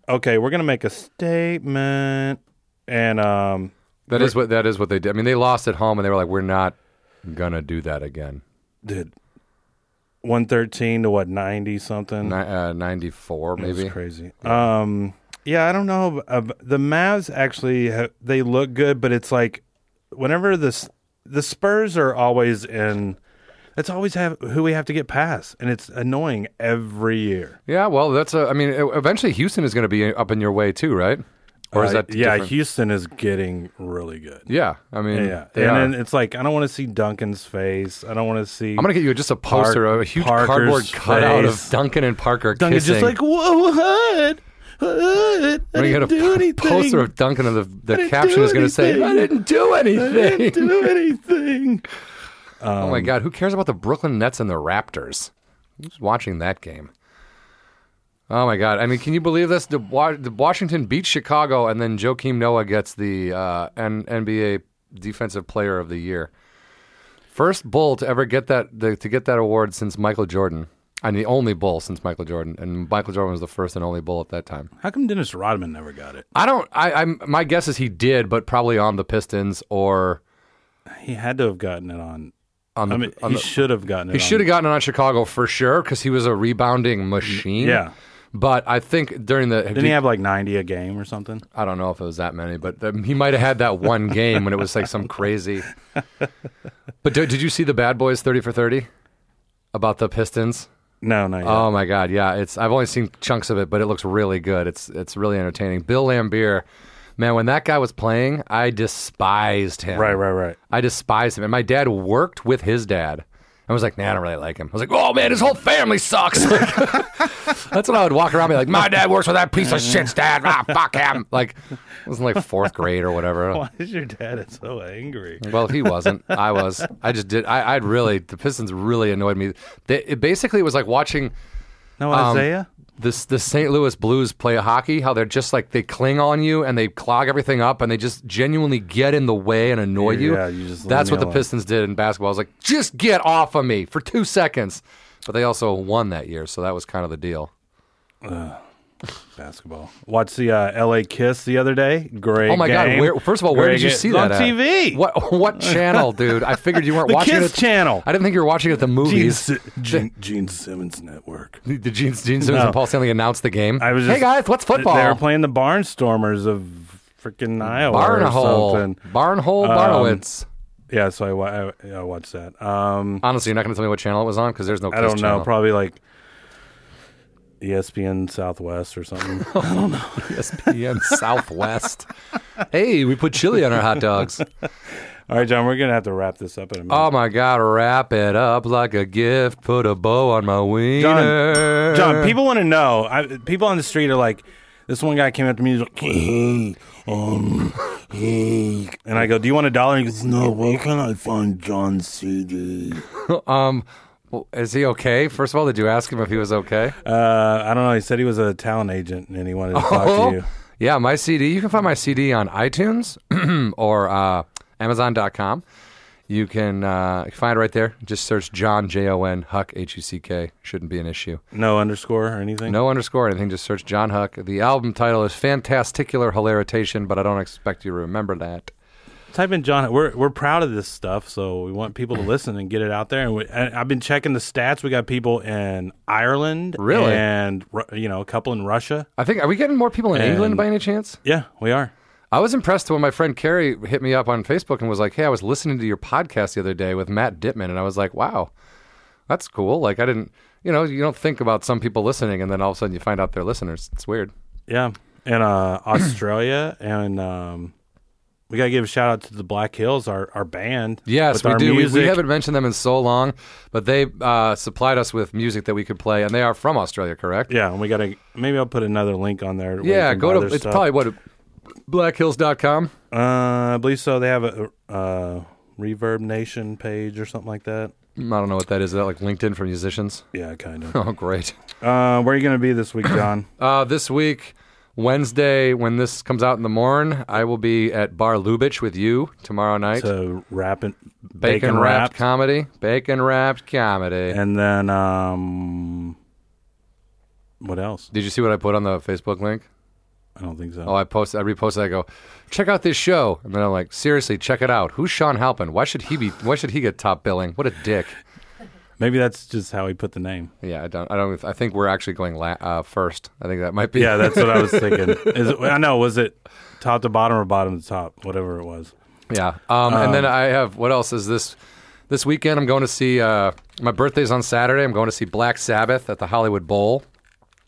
okay we're gonna make a statement and um
That is what that is what they did. I mean, they lost at home, and they were like, "We're not gonna do that again."
dude 113 to what 90 something
Ni- uh, Ninety four, maybe.
That's crazy um yeah i don't know uh, the mavs actually ha- they look good but it's like whenever this the spurs are always in that's always have who we have to get past and it's annoying every year
Yeah, well, that's a. I mean, e- eventually Houston is going to be up in your way too, right? Or is
Uh,
that
yeah?
different?
Houston is getting really good.
Yeah, I mean,
Yeah,
they
and
are.
then it's like I don't want to see Duncan's face. I don't want to see.
I'm gonna get you just a
Park-
poster of a huge
Parker's
cardboard cutout
face.
of Duncan and Parker
Duncan
kissing.
just like whoa, what? What? I
I'm gonna get
didn't
a
do
po-
anything.
poster of Duncan, and the, the
didn't
caption
do
is gonna say,
anything.
"I didn't do
I
anything."
didn't do anything.
oh my god, who cares about the Brooklyn Nets and the Raptors? Who's watching that game? Oh my god! I mean, can you believe this? The, Wa- the Washington beats Chicago, and then Joakim Noah gets the uh, N- NBA Defensive Player of the Year. First Bull to ever get that the, to get that award since Michael Jordan, and the only Bull since Michael Jordan, and Michael Jordan was the first and only Bull at that time.
How come Dennis Rodman never got it?
I don't. I, I'm. My guess is he did, but probably on the Pistons or
He had to have gotten it on.
on the.
I mean, um,
on
he
the-
should have gotten it.
he
on-
should have gotten it on Chicago for sure because he was a rebounding machine.
Yeah.
But I think during the
Didn't he have like 90 a game or something?
I don't know if it was that many, but th- he might have had that one game when it was like some crazy. But did, did you see the Bad Boys thirty for thirty about the Pistons?
No, not yet.
Oh my God, yeah. It's I've only seen chunks of it, but it looks really good. It's it's really entertaining. Bill Lambier, man, when that guy was playing, I despised him.
right, right, right.
I despised him. And my dad worked with his dad. I was like, nah, I don't really like him. I was like, oh man, his whole family sucks. Like, that's what I would walk around be like, my dad works with that piece of shit's dad. Ah, fuck him. Like, I was in like fourth grade or whatever.
Why is your dad so angry?
Well, he wasn't. I was. I just did. I, I'd really, the Pistons really annoyed me. They, it basically was like watching
No, Isaiah?
this the St. Louis Blues play hockey, how they're just like they cling on you and they clog everything up and they just genuinely get in the way and annoy you.
Yeah, you just leave
That's
me
what the
alone.
Pistons did in basketball. I was like, just get off of me for two seconds. But they also won that year, so that was kind of the deal.
Basketball. Watch the uh, LA Kiss the other day. Great.
Oh my
game.
god! Where, first of all, where
Great
did you
game.
see
on
that at?
TV?
What what channel, dude? I figured you weren't
The
watching
Kiss
it.
channel.
I didn't think you were watching it at the
Gene,
movies.
Si- Gene, Gene Simmons Network.
The Gene, Gene Simmons and Paul Stanley announced the game.
I was just,
hey guys, what's football? Mm,
They were playing the Barnstormers of freaking Iowa or
Barnhole,
something.
Barnhole,
Um,
Barnowitz.
Yeah, so I, wa- I, I watched that. Um,
Honestly, you're not going to tell me what channel it was on because there's no.
I don't
Kiss
know.
channel.
Probably like E ESPN Southwest or something.
E ESPN Southwest. Hey, we put chili on our hot dogs.
All right, John, we're gonna have to wrap this up in a minute.
Oh my God! Wrap it up like a gift. Put a bow on my wiener. Uh,
John, people want to know. I, people on the street are like, this one guy came up to me, he's like,
Hey, um, hey,
and I go, "Do you want a dollar?" And he goes,
no, where can I find John CD?
Um, well, is he okay? First of all, did you ask him if he was okay?
uh, "I don't know." He said he was a talent agent and he wanted to
Oh.
talk to you.
Yeah, my CD. You can find my CD on iTunes or uh, Amazon.com. You can uh, find it right there. Just search John J O N Huck H U C K. Shouldn't be an issue.
No underscore or anything.
No underscore or anything. Just search John Huck. The album title is Fantasticular Hilaritation, but I don't expect you to remember that.
Type in John. We're we're proud of this stuff, so we want people to listen and get it out there. And, we, and I've been checking the stats. We got people in Ireland,
Really?
and Ru- you know, a couple in Russia.
I think are we getting more people in
And-
England by any chance?
Yeah, we are.
I was impressed when my friend Carrie hit me up on Facebook and was like, "Hey, I was listening to your podcast the other day with Matt Dittman," and I was like, "Wow, that's cool." Like I didn't, you know, you don't think about some people listening, and then all of a sudden you find out they're listeners. It's weird.
Yeah, and uh, Australia, and um, we gotta give a shout out to the Black Hills, our our band.
Yes,
with
we
our
do. We, we
Music.
haven't mentioned them in so long, but they uh, supplied us with music that we could play, and they are from Australia, correct?
Yeah, and we gotta. Maybe I'll put another link on there. where you
Yeah,
can
go
buy
to
their
it's
stuff.
probably what blackhills.com.
Uh, I believe so. They have a uh, Reverb Nation page or something like that.
I don't know what that is. Is that like LinkedIn for musicians?
Yeah, kind of.
Oh, great.
uh, where are you gonna be this week, John?
Uh, this week, Wednesday, when this comes out in the morn, I will be at Bar Lubitsch with you tomorrow night.
to wrap it, bacon,
bacon wrapped
wrapped,
comedy. Bacon wrapped comedy.
and then um, what else?
Did you see what I put on the Facebook link?
I don't think so.
Oh, I posted, I reposted. I go, check out this show, and then I'm like, seriously, check it out. Who's Sean Halpin? Why should he be? Why should he get top billing? What a dick.
Maybe that's just how he put the name.
Yeah, I don't. I don't. I think we're actually going la- uh, first. I think that might be.
Yeah, that's what I was thinking. Is it, I know. Was it top to bottom or bottom to top? Whatever it was.
Yeah. Um, and then I have what else is this? This weekend I'm going to see. Uh, my birthday's on Saturday. I'm going to see Black Sabbath at the Hollywood Bowl.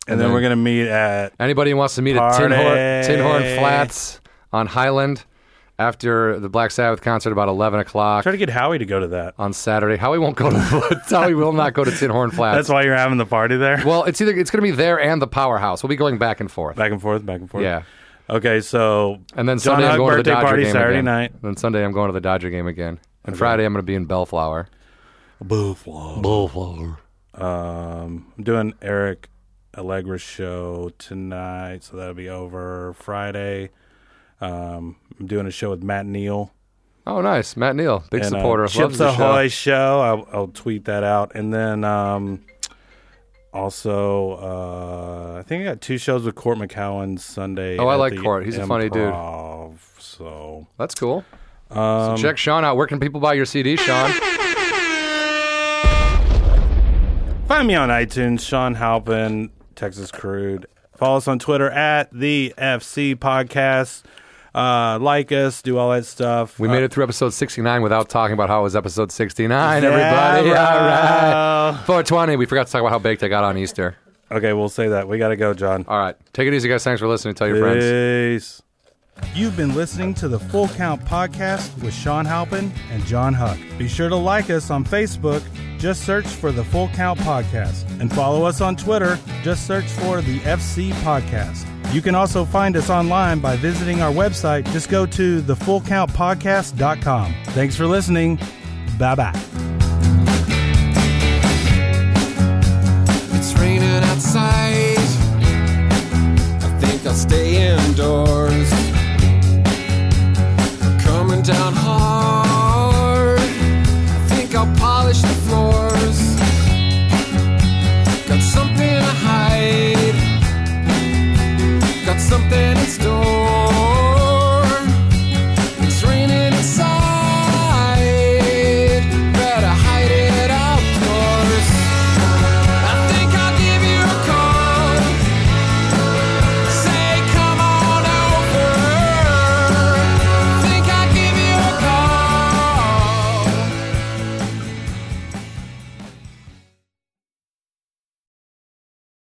and then we're gonna meet at
Anybody who wants to meet at Tin Horn,
Party.
Tin Horn Flats on Highland after the Black Sabbath concert about 11 o'clock
try to get Howie to go to that.
on Saturday. Howie won't go to Howie will not go to Tin Horn Flats.
That's why you're having the party there.
well, it's either it's going to be there and the Powerhouse. We'll be going back and forth.
back and forth, back and forth.
Yeah.
Okay, so
And then
John
Sunday I'm
Hug
going to the
birthday
Dodger
party
game
Saturday
again.
night.
Then Sunday I'm going to the Dodger game again. And Friday I'm going to be in Bellflower.
Bullflower.
Bellflower.
Um, I'm doing Eric Allegra's show tonight, so that'll be over Friday. Um, I'm doing a show with Matt Neal.
Oh, nice. Matt Neal, big
and, uh,
supporter. of Loves
Chips
the show.
Ahoy show. I'll, I'll tweet that out, and then um, also uh, I think I got two shows with Court McCowan Sunday.
Oh, I
at
like
the
Court. He's a funny dude.
Improv, So
That's cool. so check Sean out. Where can people buy your CD, Sean?
find me on iTunes, Sean Halpin, Texas Crude. Follow us on Twitter at the FC Podcast. Uh, like us, do all that stuff.
We made it through episode 69 without talking about how it was episode 69,
Yeah,
everybody. All
bro.
right. 420. We forgot to talk about how baked I got on Easter.
Uh, Okay, we'll say that. We got to go, John.
All right. Take it easy, guys. Thanks for listening. Tell your friends.
Peace. You've been listening to the Full Count Podcast with Sean Halpin and John Huck. Be sure to like us on Facebook. Just search for the Full Count Podcast and follow us on Twitter. Just search for the FC Podcast. You can also find us online by visiting our website. Just go to thefullcountpodcast.com. Thanks for listening. Bye bye.
It's raining outside. I think I'll stay indoors.